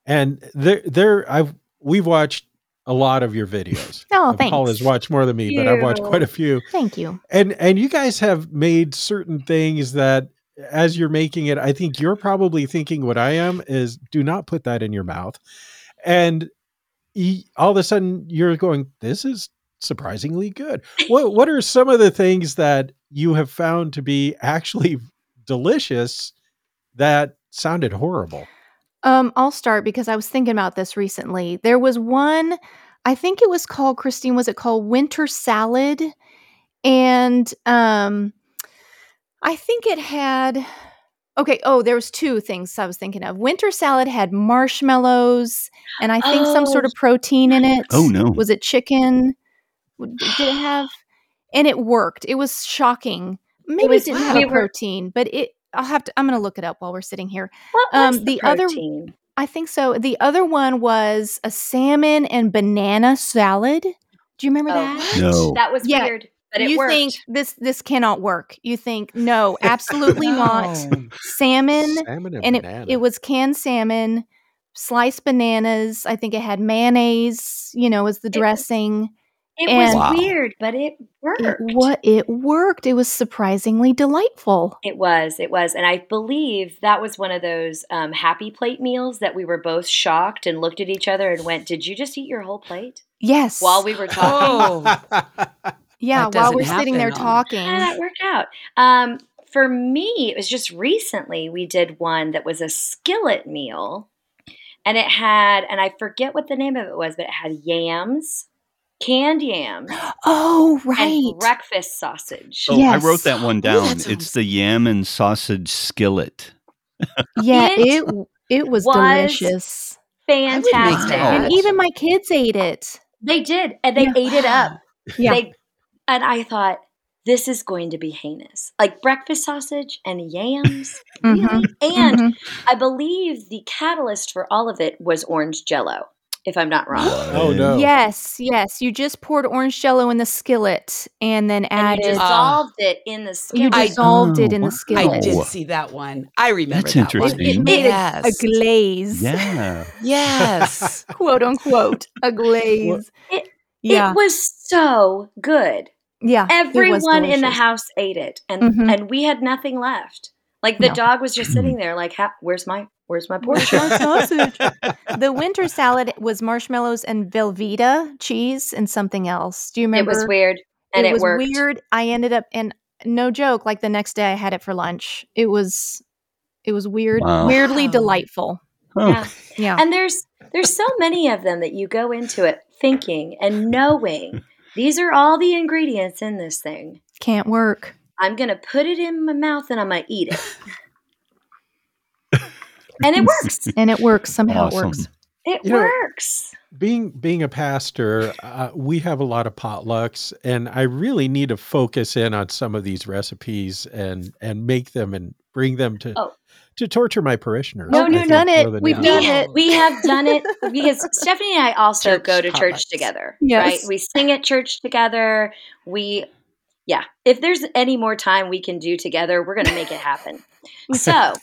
Speaker 7: and there there i've we've watched a lot of your videos
Speaker 10: Oh,
Speaker 7: Um, paul has
Speaker 10: thanks.
Speaker 7: watched more than me but i've watched
Speaker 3: Ew.
Speaker 7: quite a few
Speaker 10: Thank you.
Speaker 7: and and you guys have made certain things that as you're making it i think you're probably thinking what i am is do not put that in your mouth and y- all of a sudden you're going this is surprisingly good what what are some of the things that you have found to be actually delicious that sounded horrible
Speaker 10: Um, I'll start because I was thinking about this recently. There was one, I think it was called Christine. Was it called Winter Salad? And um, I think it had. Okay. Oh, there was two things I was thinking of. Winter salad had marshmallows and I think some sort
Speaker 3: Oh.
Speaker 10: of protein in it.
Speaker 9: Oh, no.
Speaker 10: Was it chicken? W- d- Did
Speaker 3: [SIGHS]
Speaker 10: it have? And it worked. It was shocking. Maybe
Speaker 3: was-
Speaker 10: it didn't have
Speaker 3: we
Speaker 10: a
Speaker 3: were-
Speaker 10: protein, but it. I'll have to. I'm going to look it up while we're sitting here.
Speaker 3: What was
Speaker 10: Um,
Speaker 3: the,
Speaker 10: the other-
Speaker 3: protein?
Speaker 10: I think so. The other one was a salmon and banana salad. Do you remember
Speaker 3: Oh.
Speaker 10: that?
Speaker 8: What?
Speaker 9: No.
Speaker 3: That was
Speaker 10: Yeah.
Speaker 3: weird, [LAUGHS] but it
Speaker 10: you
Speaker 3: worked.
Speaker 10: think this this cannot work.
Speaker 3: [LAUGHS]
Speaker 10: You think no, absolutely not.
Speaker 8: No.
Speaker 10: Salmon
Speaker 7: salmon and,
Speaker 10: and it,
Speaker 7: banana
Speaker 10: it [LAUGHS] was canned salmon, sliced bananas. I think it had mayonnaise. You know, as the dressing.
Speaker 3: it was
Speaker 10: and-
Speaker 9: Wow.
Speaker 3: weird, but it worked.
Speaker 10: It what it worked. It was surprisingly delightful.
Speaker 3: It was, it was. And I believe that was one of those um, happy plate meals that we were both shocked and looked at each other and went, Did you just eat your whole plate?
Speaker 10: Yes.
Speaker 3: While we were talking.
Speaker 8: Oh.
Speaker 10: yeah,
Speaker 8: That
Speaker 10: while
Speaker 8: doesn't
Speaker 10: we're sitting there
Speaker 8: happen on-
Speaker 10: talking.
Speaker 3: How did that work out? Um, for me, it was just recently we did one that was a skillet meal, and it had, and I forget what the name of it was, but it had yams, canned yams,
Speaker 10: Oh right.
Speaker 3: and breakfast sausage.
Speaker 9: Oh, I
Speaker 10: Yes.
Speaker 9: wrote that one
Speaker 8: Ooh, that
Speaker 9: down. it's
Speaker 8: sounds-
Speaker 9: the yam and sausage skillet.
Speaker 10: Yeah,
Speaker 3: It
Speaker 10: it w- it was,
Speaker 3: was
Speaker 10: delicious.
Speaker 8: would make
Speaker 3: Fantastic.
Speaker 9: that.
Speaker 10: And
Speaker 9: Wow.
Speaker 10: even my kids ate it.
Speaker 3: They did, and they
Speaker 10: Yeah.
Speaker 3: ate it up.
Speaker 8: Wow.
Speaker 10: Yeah.
Speaker 3: They and I thought this is going to be heinous, like breakfast sausage and yams, really. And
Speaker 10: Mhm.
Speaker 3: I believe the catalyst for all of it was orange Jello, if I'm not wrong.
Speaker 7: [LAUGHS] Oh, no.
Speaker 10: Yes, yes. You just poured orange jello in the skillet and then
Speaker 3: And you
Speaker 10: added
Speaker 3: dissolved um, it in the
Speaker 10: you
Speaker 3: skillet.
Speaker 8: I-
Speaker 10: dissolved it
Speaker 9: Oh,
Speaker 10: in
Speaker 9: wow.
Speaker 10: the
Speaker 8: I
Speaker 10: skillet.
Speaker 8: did
Speaker 9: Oh.
Speaker 8: see that one. I remember
Speaker 9: That's
Speaker 8: that
Speaker 10: It,
Speaker 9: interesting. [LAUGHS]
Speaker 8: one.
Speaker 10: it made a- a,
Speaker 8: yes.
Speaker 10: glaze,
Speaker 9: Yeah.
Speaker 8: yes.
Speaker 10: quote unquote, a glaze.
Speaker 3: It-
Speaker 10: yeah,
Speaker 3: It was so good.
Speaker 10: yeah. it was
Speaker 3: Everyone in the
Speaker 10: delicious.
Speaker 3: house ate it, and
Speaker 10: Mhm.
Speaker 3: and we had nothing left. Like the
Speaker 10: No. Mm-hmm.
Speaker 3: dog was just sitting there, like, "Ha- "Where's my Where's my
Speaker 10: Where's
Speaker 3: portion?"
Speaker 10: my sausage? the winter salad was marshmallows and Velveeta cheese and something else. Do you
Speaker 3: It
Speaker 10: remember?
Speaker 3: was weird, and it,
Speaker 10: was
Speaker 3: worked.
Speaker 10: weird. I ended up and no joke, like the next day I had it for lunch. It was it was weird,
Speaker 9: Wow.
Speaker 10: weirdly
Speaker 8: Wow.
Speaker 10: delightful.
Speaker 9: Oh,
Speaker 3: Yeah.
Speaker 10: Yeah. [LAUGHS]
Speaker 3: And there's there's so many of them that you go into it thinking and knowing These are all the ingredients in this thing.
Speaker 10: Can't work.
Speaker 3: I'm going to put it in my mouth and I'm going to eat
Speaker 10: [LAUGHS]
Speaker 3: it. and it
Speaker 10: [LAUGHS]
Speaker 3: works.
Speaker 10: And it works. Somehow it works.
Speaker 9: Awesome.
Speaker 3: It
Speaker 7: You know-
Speaker 3: works.
Speaker 7: being being a pastor uh, we have a lot of potlucks and i really need to focus in on some of these recipes and and make them and bring them to
Speaker 3: Oh.
Speaker 7: to torture my parishioners
Speaker 10: No,
Speaker 7: I
Speaker 10: we've
Speaker 7: think,
Speaker 10: done it.
Speaker 7: more than
Speaker 10: We've
Speaker 7: anything.
Speaker 10: done
Speaker 3: We-
Speaker 10: it.
Speaker 3: We have done it because
Speaker 10: [LAUGHS]
Speaker 3: Stephanie and I also
Speaker 8: Church
Speaker 3: go to church
Speaker 8: potlucks.
Speaker 3: together.
Speaker 10: Yes.
Speaker 3: Right? We sing at church together. We yeah. If there's any more time we can do together, we're gonna make it happen.
Speaker 7: [LAUGHS]
Speaker 10: [LAUGHS]
Speaker 3: So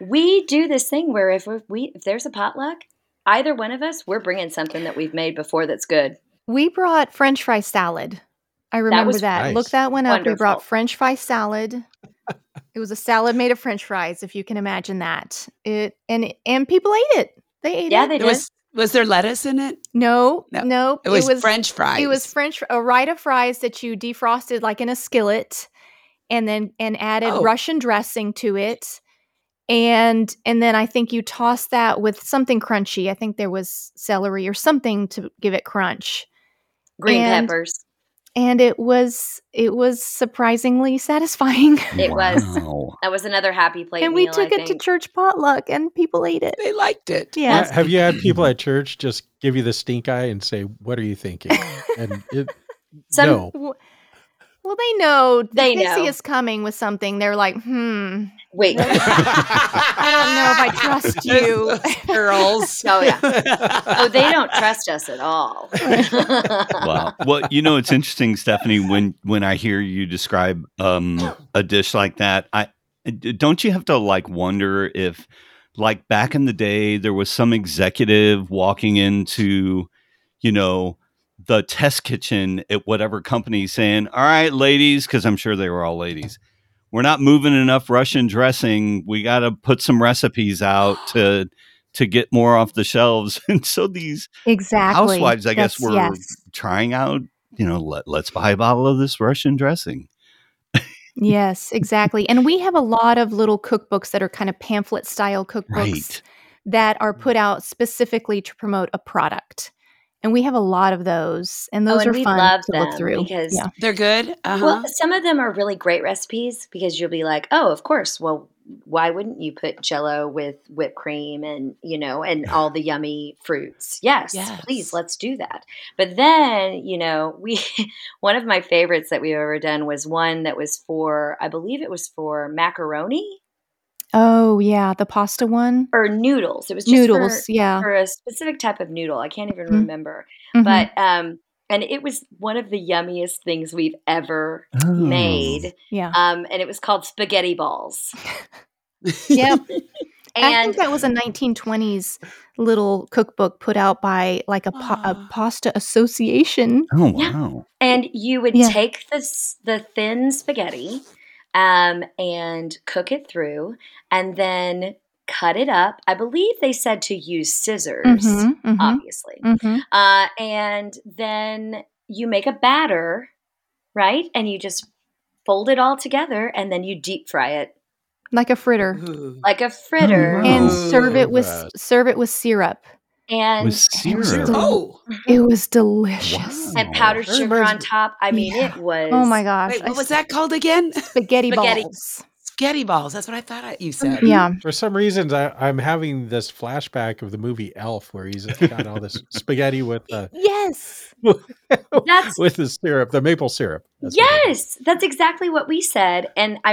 Speaker 3: we do this thing where if we if there's a potluck, either one of us, we're bringing something that we've made before that's good.
Speaker 10: We brought French fry salad. I remember
Speaker 3: was
Speaker 10: that.
Speaker 7: nice.
Speaker 10: Look that one up. We
Speaker 3: Wonderful.
Speaker 10: brought French fry salad. it was a salad made of French fries, if you can imagine that. It and and people ate it. They ate
Speaker 3: Yeah,
Speaker 10: it.
Speaker 3: they
Speaker 8: There
Speaker 3: did.
Speaker 8: was was there lettuce in it?
Speaker 10: No,
Speaker 8: No,
Speaker 10: no,
Speaker 8: It was, French fries.
Speaker 10: It was French fr- a right of fries that you defrosted like in a skillet, and then and added
Speaker 8: Oh.
Speaker 10: Russian dressing to it, and and then I think you tossed that with something crunchy. I think there was celery or something to give it crunch,
Speaker 3: Green
Speaker 10: and-
Speaker 3: peppers.
Speaker 10: and it was it was surprisingly [LAUGHS] satisfying.
Speaker 3: It was.
Speaker 9: Wow.
Speaker 3: That was another happy plate.
Speaker 10: and we
Speaker 3: meal, I
Speaker 10: took it to
Speaker 3: think.
Speaker 10: church potluck, and people
Speaker 3: [LAUGHS]
Speaker 10: ate it.
Speaker 8: They liked
Speaker 10: [LAUGHS]
Speaker 8: it.
Speaker 10: Yeah.
Speaker 7: Ha- have you had people at church just give you the stink eye and say what are you thinking and it
Speaker 3: Some-
Speaker 7: no
Speaker 10: W- Well, they know if
Speaker 3: They know.
Speaker 10: see us coming with something. They're like, hmm. [LAUGHS]
Speaker 3: Wait.
Speaker 10: I don't know
Speaker 3: [LAUGHS]
Speaker 10: if I trust you.
Speaker 8: [LAUGHS] Girls.
Speaker 3: Oh yeah. Oh, they don't trust us at all.
Speaker 10: [LAUGHS]
Speaker 3: [LAUGHS]
Speaker 9: wow. Well, you know, it's interesting, Stephanie, when when I hear you describe um, a dish like that, I don't you have to like wonder if like back in the day there was some executive walking into, you know, the test kitchen at whatever company saying, "All right, ladies," because I'm sure they were all ladies. We're not moving enough Russian dressing. We got to put some recipes out to to get more off the shelves. [LAUGHS] And so these
Speaker 10: Exactly.
Speaker 9: Housewives, I guess,
Speaker 10: That's-
Speaker 9: were-
Speaker 10: yes,
Speaker 9: trying out, you know, let, let's buy a bottle of this Russian dressing.
Speaker 10: yes, exactly. And we have a lot of little cookbooks that are kind of pamphlet style cookbooks
Speaker 9: Right. Mm.
Speaker 10: that are put out specifically to promote a product. And we have a lot of those, and
Speaker 3: Oh,
Speaker 10: those
Speaker 3: and
Speaker 10: are
Speaker 3: we
Speaker 10: fun
Speaker 3: love
Speaker 10: to look
Speaker 3: them
Speaker 10: through
Speaker 3: because
Speaker 10: yeah.
Speaker 8: They're good. Uh huh.
Speaker 10: Uh-huh.
Speaker 3: Well, some of them are really great recipes because you'll be like, oh, of course. Well, why wouldn't you put jello with whipped cream and, you know, and all the yummy fruits? Yes,
Speaker 8: Yes.
Speaker 3: please, let's do that. But then, you know, we, [LAUGHS] one of my favorites that we've ever done was one that was for, I believe it was for macaroni
Speaker 10: Oh yeah, the pasta one,
Speaker 3: or noodles. It was just
Speaker 10: noodles.
Speaker 3: for,
Speaker 10: yeah,
Speaker 3: for a specific type of noodle. I can't even
Speaker 10: Mhm.
Speaker 3: remember.
Speaker 10: Mhm.
Speaker 3: But, um, and it was one of the yummiest things we've ever
Speaker 9: Oh.
Speaker 3: made.
Speaker 10: Mm. yeah,
Speaker 3: um, and it was called Spaghetti Balls. [LAUGHS]
Speaker 10: yeah. I
Speaker 3: And
Speaker 10: think that was a 1920s little cookbook put out by like a, pa-
Speaker 3: [GASPS]
Speaker 10: a
Speaker 8: Ah.
Speaker 10: pasta association.
Speaker 9: Oh,
Speaker 3: Yeah.
Speaker 9: wow.
Speaker 3: and you would
Speaker 10: Yeah.
Speaker 3: take the s- the thin spaghetti, um, and cook it through, and then cut it up. I believe they said to use scissors,
Speaker 10: Mhm, mhm,
Speaker 3: obviously,
Speaker 10: mhm.
Speaker 3: uh, and then you make a batter, right? And you just fold it all together, and then you deep fry it
Speaker 10: Like a fritter,
Speaker 8: Ooh.
Speaker 3: like a fritter,
Speaker 9: Oh, wow.
Speaker 10: and
Speaker 7: Oh,
Speaker 8: Ooh.
Speaker 10: serve it with
Speaker 7: Yes.
Speaker 10: serve it with syrup.
Speaker 3: and
Speaker 9: With
Speaker 10: It was,
Speaker 9: syrup.
Speaker 10: del-
Speaker 8: Oh,
Speaker 10: it was delicious.
Speaker 3: and
Speaker 9: Wow.
Speaker 3: powdered
Speaker 7: That
Speaker 3: sugar
Speaker 7: reminds
Speaker 3: on
Speaker 7: me-
Speaker 3: top. I mean,
Speaker 10: Yeah.
Speaker 3: it was
Speaker 10: Oh my gosh!
Speaker 8: wait,
Speaker 10: I
Speaker 8: what was
Speaker 10: s-
Speaker 8: that called again?
Speaker 10: Spaghetti,
Speaker 3: Spaghetti.
Speaker 10: balls.
Speaker 8: Spaghetti balls. That's what I thought I, you said.
Speaker 7: [LAUGHS]
Speaker 10: Mm-hmm. Yeah,
Speaker 7: For some reasons, I, I'm having this flashback of the movie Elf, where he's got all this spaghetti with the
Speaker 10: yes,
Speaker 7: [LAUGHS]
Speaker 3: That's-
Speaker 7: with the syrup, the maple syrup. That's what it is.
Speaker 3: yes, that's exactly what we said. And I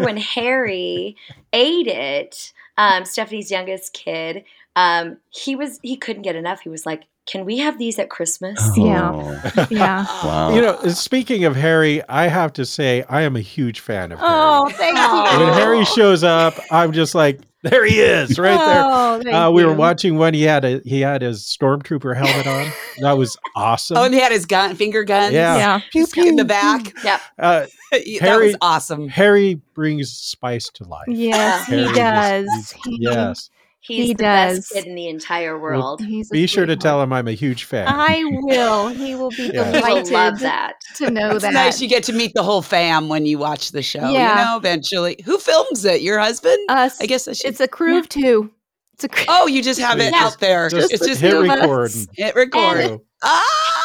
Speaker 7: [LAUGHS]
Speaker 3: when Harry ate it, um, Stephanie's youngest kid, um, he was he couldn't get enough. He was like, "Can we have these at Christmas?"
Speaker 10: Yeah.
Speaker 9: Oh,
Speaker 7: [LAUGHS]
Speaker 10: yeah.
Speaker 9: wow.
Speaker 7: You know, speaking of Harry, I have to say I am a huge fan of
Speaker 10: Oh, thank
Speaker 3: Aw.
Speaker 10: you.
Speaker 7: Harry. When Harry shows up, I'm just like, there he is, right there.
Speaker 10: Oh, thank
Speaker 7: Uh, we were
Speaker 10: you.
Speaker 7: watching one. He had a he had his stormtrooper helmet on. That was awesome.
Speaker 8: Oh, and he had his gun, finger guns.
Speaker 7: Yeah.
Speaker 10: Yeah.
Speaker 8: Pew, pew, in the
Speaker 10: [LAUGHS]
Speaker 8: back.
Speaker 3: Yep.
Speaker 7: Uh,
Speaker 8: [LAUGHS] that
Speaker 7: Harry-
Speaker 8: was awesome.
Speaker 7: Harry brings spice to life.
Speaker 10: Yes,
Speaker 7: Harry
Speaker 10: he
Speaker 7: just-
Speaker 10: does. He-
Speaker 7: yes.
Speaker 3: He's
Speaker 10: He
Speaker 3: the
Speaker 10: does.
Speaker 3: best kid in the entire
Speaker 7: Well,
Speaker 3: world.
Speaker 10: He's a
Speaker 7: Be sure to
Speaker 10: sweetheart.
Speaker 7: tell him I'm a huge fan.
Speaker 10: I will. He will be
Speaker 7: Yeah.
Speaker 3: he will
Speaker 10: delighted
Speaker 3: love that.
Speaker 10: to know
Speaker 8: It's
Speaker 10: that.
Speaker 8: nice you get to meet the whole fam when you watch the show. You
Speaker 10: Yeah.
Speaker 8: know, eventually, who films it? Your husband?
Speaker 10: Us.
Speaker 8: I guess I should.
Speaker 10: it's a crew of two. It's [LAUGHS] a crew.
Speaker 8: oh, you just have
Speaker 7: So
Speaker 8: it
Speaker 7: you
Speaker 8: out there.
Speaker 7: just
Speaker 8: it's just
Speaker 7: hit
Speaker 10: two of
Speaker 7: record.
Speaker 10: us.
Speaker 8: it record.
Speaker 7: So,
Speaker 8: Ah,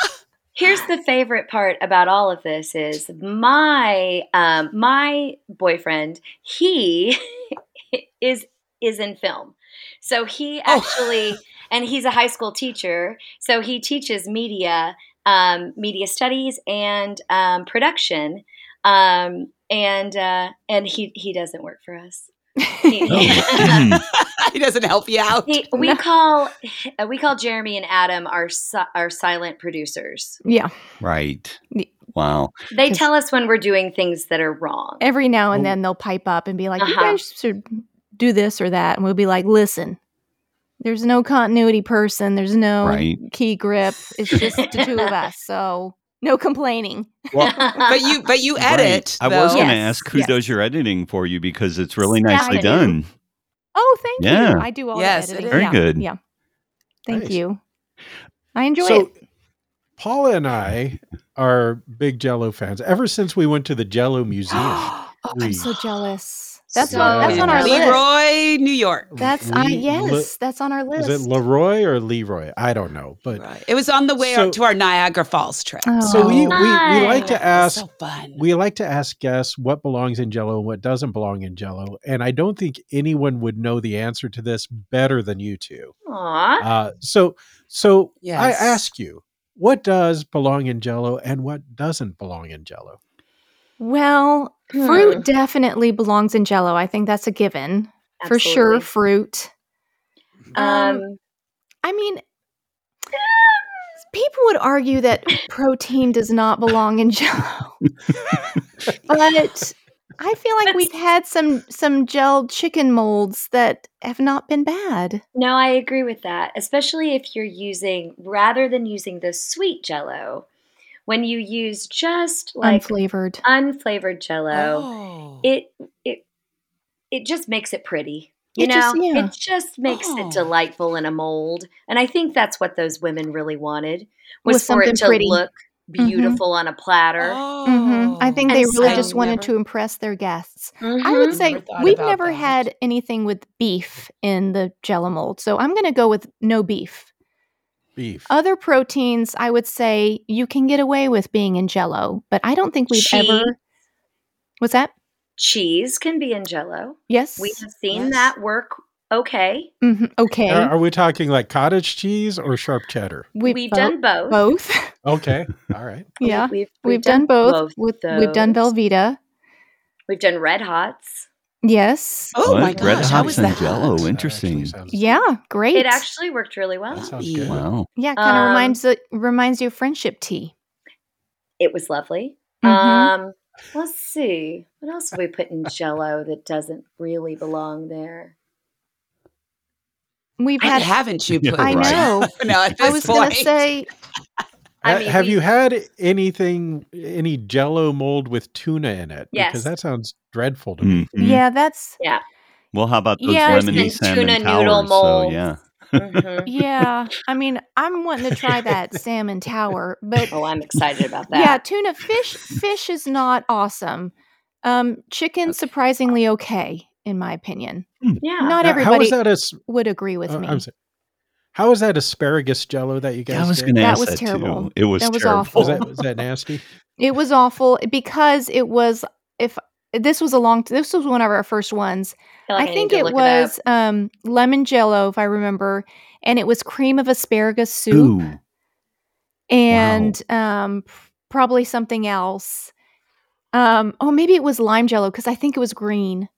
Speaker 3: Here's the favorite part about all of this is my um, my boyfriend he [LAUGHS] is is in film, so he actually and he's a high school teacher, so he teaches media um, media studies and um, production, um, and uh, and he he doesn't work for us. He-
Speaker 8: he doesn't help you out.
Speaker 3: He- we call uh, we call Jeremy and Adam our si- our silent producers.
Speaker 10: Yeah.
Speaker 9: Right.
Speaker 10: Y-
Speaker 9: Wow.
Speaker 3: They tell us when we're doing things that are wrong.
Speaker 10: Every now and then they'll pipe up and be like, you
Speaker 3: Uh-huh.
Speaker 10: guys should do this or that. And we'll be like, listen, there's no continuity person, there's no
Speaker 9: Right.
Speaker 10: key grip. It's just the two of us. So no complaining.
Speaker 3: [LAUGHS]
Speaker 9: Well,
Speaker 8: But you but you
Speaker 9: Right.
Speaker 8: edit.
Speaker 9: I was
Speaker 8: though.
Speaker 9: going to
Speaker 10: Yes,
Speaker 9: ask who
Speaker 10: yes.
Speaker 9: does your editing for you because it's really nicely
Speaker 3: Stephanie.
Speaker 9: done.
Speaker 10: Oh, thank
Speaker 9: Yeah.
Speaker 10: you. I do all
Speaker 8: Yes,
Speaker 10: the
Speaker 8: it
Speaker 10: editing.
Speaker 8: is.
Speaker 9: Very
Speaker 10: yeah.
Speaker 9: good.
Speaker 10: Yeah. Thank
Speaker 7: Nice.
Speaker 10: you. I enjoy
Speaker 7: so,
Speaker 10: it.
Speaker 7: Paula and I are big Jello fans. Ever since we went to the
Speaker 10: [GASPS]
Speaker 7: Jello Museum,
Speaker 10: oh, [GASPS]
Speaker 7: we-
Speaker 10: I'm so jealous. That's
Speaker 3: So
Speaker 10: on, that's on our list.
Speaker 8: Leroy, New York.
Speaker 10: That's on,
Speaker 7: Le-
Speaker 10: yes,
Speaker 7: Le-
Speaker 10: that's on our list.
Speaker 7: is it Leroy or Leroy? I don't know, but
Speaker 8: Right. It was on the way
Speaker 7: So-
Speaker 8: to our Niagara Falls trip.
Speaker 10: Oh.
Speaker 7: so we, we we like
Speaker 3: Fun.
Speaker 7: to ask
Speaker 8: so fun.
Speaker 7: we like to ask guests what belongs in Jello and what doesn't belong in Jello, and I don't think anyone would know the answer to this better than you two.
Speaker 3: Aw.
Speaker 7: Uh, so so
Speaker 8: Yes.
Speaker 7: I ask you, what does belong in Jello and what doesn't belong in Jello?
Speaker 10: Well,
Speaker 3: Hmm.
Speaker 10: fruit definitely belongs in jello. I think that's a given. For sure,
Speaker 3: Absolutely.
Speaker 10: fruit. Um,
Speaker 3: Um,
Speaker 10: I mean, people would argue that protein does not belong in jello. but I feel like we've had some some gelled chicken molds that have not been bad.
Speaker 3: no, I agree with that, especially if you're using rather than using the sweet Jello, when you use just like
Speaker 10: unflavored.
Speaker 3: unflavored Jello,
Speaker 8: Oh.
Speaker 3: it it it just makes it pretty. You
Speaker 10: It
Speaker 3: know,
Speaker 10: just- yeah.
Speaker 3: it just makes
Speaker 8: Oh.
Speaker 3: it delightful in a mold, and I think that's what those women really wanted was
Speaker 10: With
Speaker 3: for it
Speaker 10: something
Speaker 3: to
Speaker 10: pretty. Mm-hmm.
Speaker 3: look beautiful on a platter.
Speaker 8: Oh.
Speaker 10: hmm I think they
Speaker 3: And
Speaker 10: really
Speaker 3: so-
Speaker 10: just wanted
Speaker 8: Never-
Speaker 10: to impress their guests. I
Speaker 3: Mhm.
Speaker 10: would say
Speaker 8: Never thought
Speaker 10: we've
Speaker 8: about
Speaker 10: never
Speaker 8: that.
Speaker 10: had anything with beef in the jello mold, so I'm going to go with no beef.
Speaker 7: Beef.
Speaker 10: Other proteins, I would say you can get away with being in jello, but I don't think we've
Speaker 3: Cheese.
Speaker 10: ever. What's that?
Speaker 3: Cheese can be in Jello.
Speaker 10: Yes.
Speaker 3: We have seen
Speaker 8: Yes.
Speaker 3: that work okay.
Speaker 10: hmm Okay.
Speaker 7: Are, are we talking like cottage cheese or sharp cheddar?
Speaker 3: We've,
Speaker 10: bo-
Speaker 3: done both.
Speaker 10: both. [LAUGHS]
Speaker 7: Okay, [LAUGHS] all right.
Speaker 3: We-
Speaker 10: yeah.
Speaker 3: we've,
Speaker 10: We've, done, both. With, we've done
Speaker 3: those.
Speaker 10: Velveeta.
Speaker 3: We've done Red Hots.
Speaker 10: Yes.
Speaker 8: Oh my
Speaker 9: What? Red
Speaker 8: gosh, how
Speaker 9: Hots
Speaker 8: was
Speaker 9: and
Speaker 8: that?
Speaker 9: Jell-O. Oh,
Speaker 7: That
Speaker 9: interesting.
Speaker 7: actually sounds-
Speaker 10: Yeah. Great.
Speaker 3: It actually worked really well.
Speaker 7: That sounds good.
Speaker 9: Wow.
Speaker 10: yeah, kind of
Speaker 3: um,
Speaker 10: reminds it reminds you of friendship tea.
Speaker 3: It was lovely.
Speaker 10: Mhm.
Speaker 3: Um, let's see. What else have we put in Jello that doesn't really belong there?
Speaker 10: Mm-hmm. We've
Speaker 8: What
Speaker 10: had.
Speaker 8: haven't you
Speaker 9: [LAUGHS] Yeah,
Speaker 8: put?
Speaker 10: I
Speaker 9: right.
Speaker 10: know.
Speaker 8: [LAUGHS] No, at this
Speaker 10: I was
Speaker 8: point.
Speaker 10: going to say,
Speaker 3: I
Speaker 7: Ha-
Speaker 3: mean,
Speaker 7: have
Speaker 3: we-
Speaker 7: you had anything, any Jello mold with tuna in it?
Speaker 3: Yes.
Speaker 7: Because that sounds dreadful to me.
Speaker 9: Mhm.
Speaker 10: yeah, that's
Speaker 3: Yeah.
Speaker 9: Well, how about those
Speaker 10: Yeah, there's
Speaker 9: lemony
Speaker 3: been
Speaker 9: salmon
Speaker 3: tuna
Speaker 9: towers?
Speaker 3: noodle
Speaker 9: so
Speaker 3: molds.
Speaker 9: yeah.
Speaker 10: [LAUGHS]
Speaker 3: Mhm.
Speaker 10: yeah. I mean, I'm wanting to try that salmon tower, but
Speaker 3: Oh, I'm excited about that.
Speaker 10: yeah, tuna fish. Fish is not awesome. Um, chicken surprisingly okay, in my opinion.
Speaker 3: Yeah.
Speaker 7: Now,
Speaker 10: Not
Speaker 7: how
Speaker 10: everybody
Speaker 7: is that as uh,
Speaker 10: would agree with me.
Speaker 7: I'm sorry. How is that asparagus Jello that you guys
Speaker 9: I was
Speaker 7: did?
Speaker 9: going to
Speaker 10: That
Speaker 9: ask
Speaker 10: was
Speaker 9: that
Speaker 10: terrible.
Speaker 9: too. It was,
Speaker 10: That was
Speaker 9: terrible.
Speaker 10: awful.
Speaker 7: Was
Speaker 9: [LAUGHS]
Speaker 7: that was that nasty?
Speaker 10: It was awful because it was if this was a long this was one of our first ones.
Speaker 3: feel like
Speaker 10: I
Speaker 3: I
Speaker 10: think
Speaker 3: need to
Speaker 10: it
Speaker 3: look
Speaker 10: was
Speaker 3: It
Speaker 10: um lemon jello if I remember and it was cream of asparagus soup
Speaker 9: Ooh.
Speaker 10: and um probably something else. Um oh maybe it was lime jello cuz I think it was green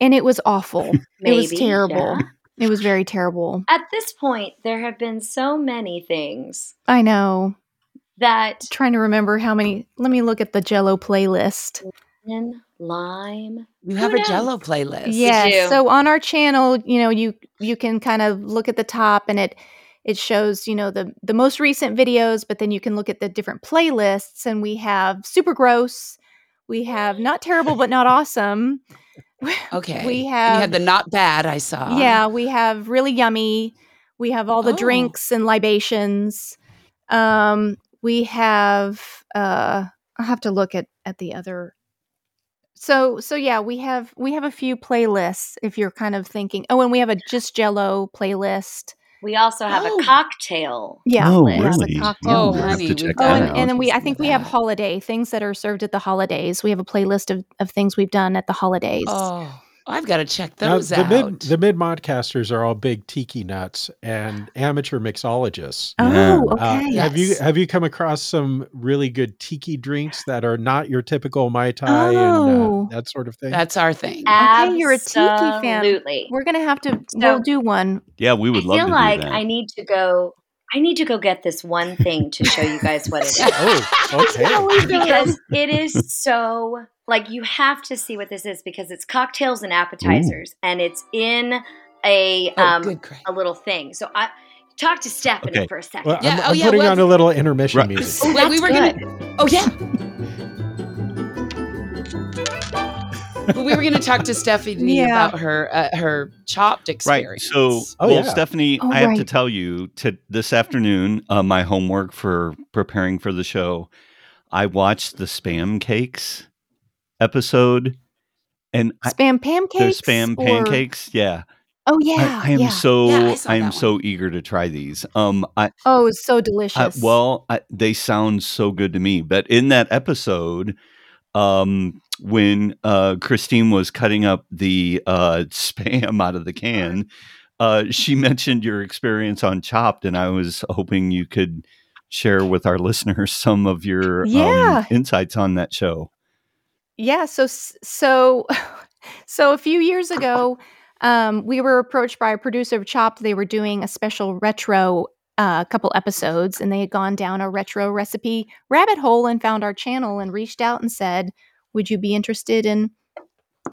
Speaker 10: and it was awful.
Speaker 3: up.
Speaker 10: it was
Speaker 3: Maybe,
Speaker 10: terrible.
Speaker 3: yeah.
Speaker 10: It was very terrible.
Speaker 3: At this point, there have been so many things
Speaker 10: I know.
Speaker 3: that
Speaker 10: Trying to remember how many let me look at the jello playlist.
Speaker 3: lemon, lime.
Speaker 8: You
Speaker 3: Who
Speaker 8: have a
Speaker 3: knows?
Speaker 8: Jello playlist.
Speaker 10: Yes.
Speaker 3: do.
Speaker 10: So on our channel, you know, you you can kind of look at the top and it it shows, you know, the the most recent videos, but then you can look at the different playlists and we have Super Gross, we have Not Terrible but Not Awesome. [LAUGHS]
Speaker 8: Okay.
Speaker 10: We
Speaker 8: And you
Speaker 10: have
Speaker 8: had the not bad. I saw.
Speaker 10: Yeah, we have Really Yummy. We have all the
Speaker 8: Um, Oh.
Speaker 10: drinks and libations. Um we have uh I'll have to look at at the other so so yeah, we have we have a few playlists if you're kind of thinking. Oh, and we have a just Jello playlist.
Speaker 3: We also have a cocktail.
Speaker 10: Yeah.
Speaker 9: Oh,
Speaker 10: it has a
Speaker 9: really?
Speaker 10: cocktail
Speaker 9: Oh,
Speaker 10: list.
Speaker 9: honey, we
Speaker 10: Oh, and,
Speaker 9: gotta
Speaker 10: and then we, I think we have holiday things that are served at the holidays. We have a playlist of, of things we've done at the holidays.
Speaker 8: Oh, I've got to check
Speaker 7: Now,
Speaker 8: those
Speaker 7: the
Speaker 8: out.
Speaker 7: mid the mid modcasters are all big tiki nuts and amateur mixologists.
Speaker 10: Oh, Yeah. okay.
Speaker 7: Uh,
Speaker 9: Uh,
Speaker 7: Have you
Speaker 10: Yes.
Speaker 7: have you come across some really good tiki drinks that are not your typical mai tai
Speaker 10: Oh.
Speaker 7: and uh, that sort of thing?
Speaker 8: That's our thing.
Speaker 10: Okay, you're a tiki fan.
Speaker 3: Absolutely.
Speaker 10: We're gonna have to. we'll do one.
Speaker 9: Yeah, we would
Speaker 3: I
Speaker 9: love
Speaker 3: feel
Speaker 9: to
Speaker 3: like
Speaker 9: do that.
Speaker 3: I need to go. I need to go get this one thing to show you guys what
Speaker 9: [LAUGHS]
Speaker 3: it is.
Speaker 8: [LAUGHS]
Speaker 7: oh,
Speaker 8: okay.
Speaker 3: because it is so like you have to see what this is because it's cocktails and appetizers and it's in a
Speaker 8: Oh,
Speaker 3: um
Speaker 8: good, Craig.
Speaker 3: a little thing. So I talk to Stephanie
Speaker 9: Okay.
Speaker 3: for a second.
Speaker 7: Well,
Speaker 8: Yeah,
Speaker 7: I'm,
Speaker 8: oh,
Speaker 7: I'm
Speaker 8: yeah,
Speaker 7: putting
Speaker 8: well-
Speaker 7: on a little intermission
Speaker 9: Right.
Speaker 7: music.
Speaker 8: Oh, wait, we
Speaker 3: that's
Speaker 8: were gonna. Oh yeah. but we were gonna talk to Stephanie
Speaker 10: [LAUGHS] Yeah.
Speaker 8: about her uh, her chopped
Speaker 9: Right.
Speaker 8: experience.
Speaker 9: So,
Speaker 7: Oh,
Speaker 9: well,
Speaker 7: yeah.
Speaker 9: Stephanie,
Speaker 10: Oh,
Speaker 9: I have to
Speaker 10: right.
Speaker 9: tell you to this afternoon, uh, my homework for preparing for the show, I watched the spam cakes episode and I,
Speaker 10: Spam pancakes.
Speaker 9: the spam
Speaker 10: or-
Speaker 9: pancakes. Yeah.
Speaker 10: Oh
Speaker 9: I-
Speaker 10: yeah.
Speaker 9: I, am
Speaker 10: yeah.
Speaker 9: so,
Speaker 8: Yeah, I saw
Speaker 9: I am
Speaker 8: that
Speaker 9: so eager to try these. Um, I,
Speaker 10: oh, it's so
Speaker 9: I,
Speaker 10: delicious.
Speaker 9: well, I, they sound so good to me. But in that episode, um, when uh, Christine was cutting up the uh, [LAUGHS] spam out of the can,
Speaker 10: Uh-huh.
Speaker 9: uh, she mentioned your experience on Chopped, and I was hoping you could share with our [LAUGHS] listeners some of your
Speaker 10: Yeah.
Speaker 9: um, insights on that show. [LAUGHS]
Speaker 10: Yeah. So s- so [LAUGHS] so a few years ago, um, we were approached by a producer of Chopped. They were doing a special retro. uh, couple episodes, and they had gone down a retro recipe rabbit hole and found our channel and reached out and said, "Would you be interested in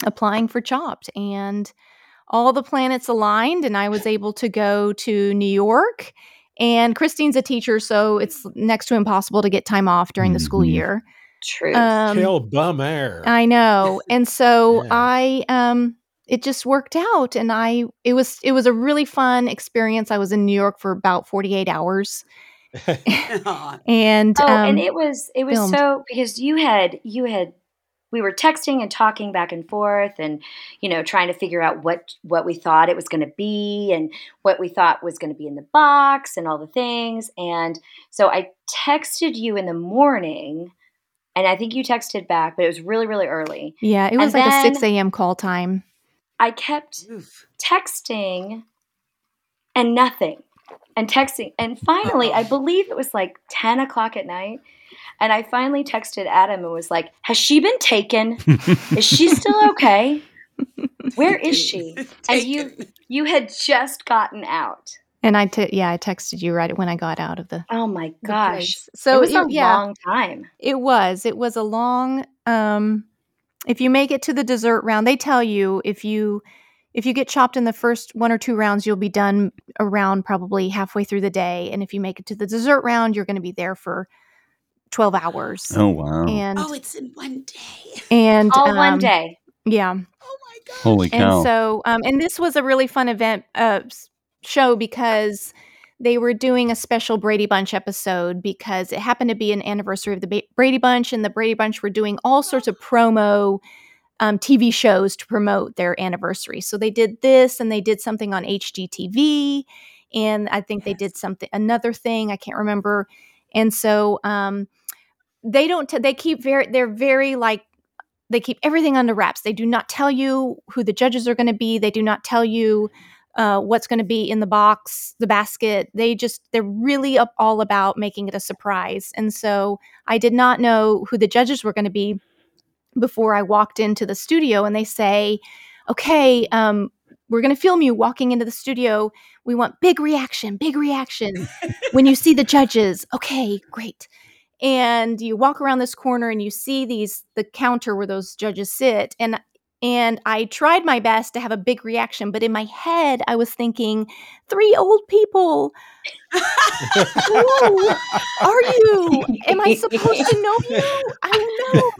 Speaker 10: applying for Chopped?" And all the planets aligned, and I was able to go to New York. And Christine's a teacher, so it's next to impossible to get time off during the school
Speaker 9: Mhm.
Speaker 10: year.
Speaker 3: True.
Speaker 10: Um,
Speaker 7: Kale bum air.
Speaker 10: I know. And so
Speaker 7: Yeah.
Speaker 10: I um it just worked out and I it was it was a really fun experience. I was in New York for about 48 hours [LAUGHS]
Speaker 8: Aw.
Speaker 10: and
Speaker 3: oh,
Speaker 10: um
Speaker 3: and it was it was
Speaker 10: filmed.
Speaker 3: so because you had you had we were texting and talking back and forth and you know trying to figure out what what we thought it was going to be and what we thought was going to be in the box and all the things and so I texted you in the morning and I think you texted back but it was really really early.
Speaker 10: yeah, it was
Speaker 3: and
Speaker 10: like a
Speaker 3: then-
Speaker 10: 6 a.m. call time.
Speaker 3: I kept
Speaker 8: Oof.
Speaker 3: texting and nothing and texting. And finally, I
Speaker 8: Uh-oh.
Speaker 3: believe it was like 10 o'clock at night. And I finally texted Adam and was like, Has she been taken? Is she
Speaker 10: [LAUGHS]
Speaker 3: still okay? Where
Speaker 8: [LAUGHS]
Speaker 3: is she? And you-
Speaker 8: Taken.
Speaker 3: You had just gotten out.
Speaker 10: And I t- yeah, I texted you right when I got out of the,
Speaker 3: Oh my
Speaker 10: the
Speaker 3: gosh.
Speaker 10: place. So
Speaker 3: it was a
Speaker 10: yeah,
Speaker 3: long time.
Speaker 10: It was. It was a long um if you make it to the dessert round, they tell you if you if you get chopped in the first one or two rounds, you'll be done around probably halfway through the day. And if you make it to the dessert round, you're going to be there for 12 hours.
Speaker 9: Oh wow!
Speaker 10: And
Speaker 8: Oh, it's in one day.
Speaker 10: and
Speaker 3: All one
Speaker 10: um,
Speaker 3: day.
Speaker 10: Yeah.
Speaker 8: Oh my gosh.
Speaker 9: Holy
Speaker 10: And
Speaker 9: cow!
Speaker 10: so, um, and this was a really fun event uh, s- show because they were doing a special Brady Bunch episode because it happened to be an anniversary of the ba- Brady Bunch, and the Brady Bunch were doing all sorts of promo um, TV shows to promote their anniversary. So they did this, and they did something on HGTV, and I think they did something another thing I can't remember. And so um, they don't. T- they keep very. They're very like they keep everything under wraps. They do not tell you who the judges are going to be. They do not tell you uh, what's going to be in the box, the basket. They just they're really up all about making it a surprise. And so I did not know who the judges were going to be before I walked into the studio, and they say, "Okay, um, we're going to film you walking into the studio. We want big reaction, big reaction when you see the judges." Okay, great and you walk around this corner and you see these the counter where those judges sit and and I tried my best to have a big reaction but in my head I was thinking three old people who are you am I supposed to know you I don't know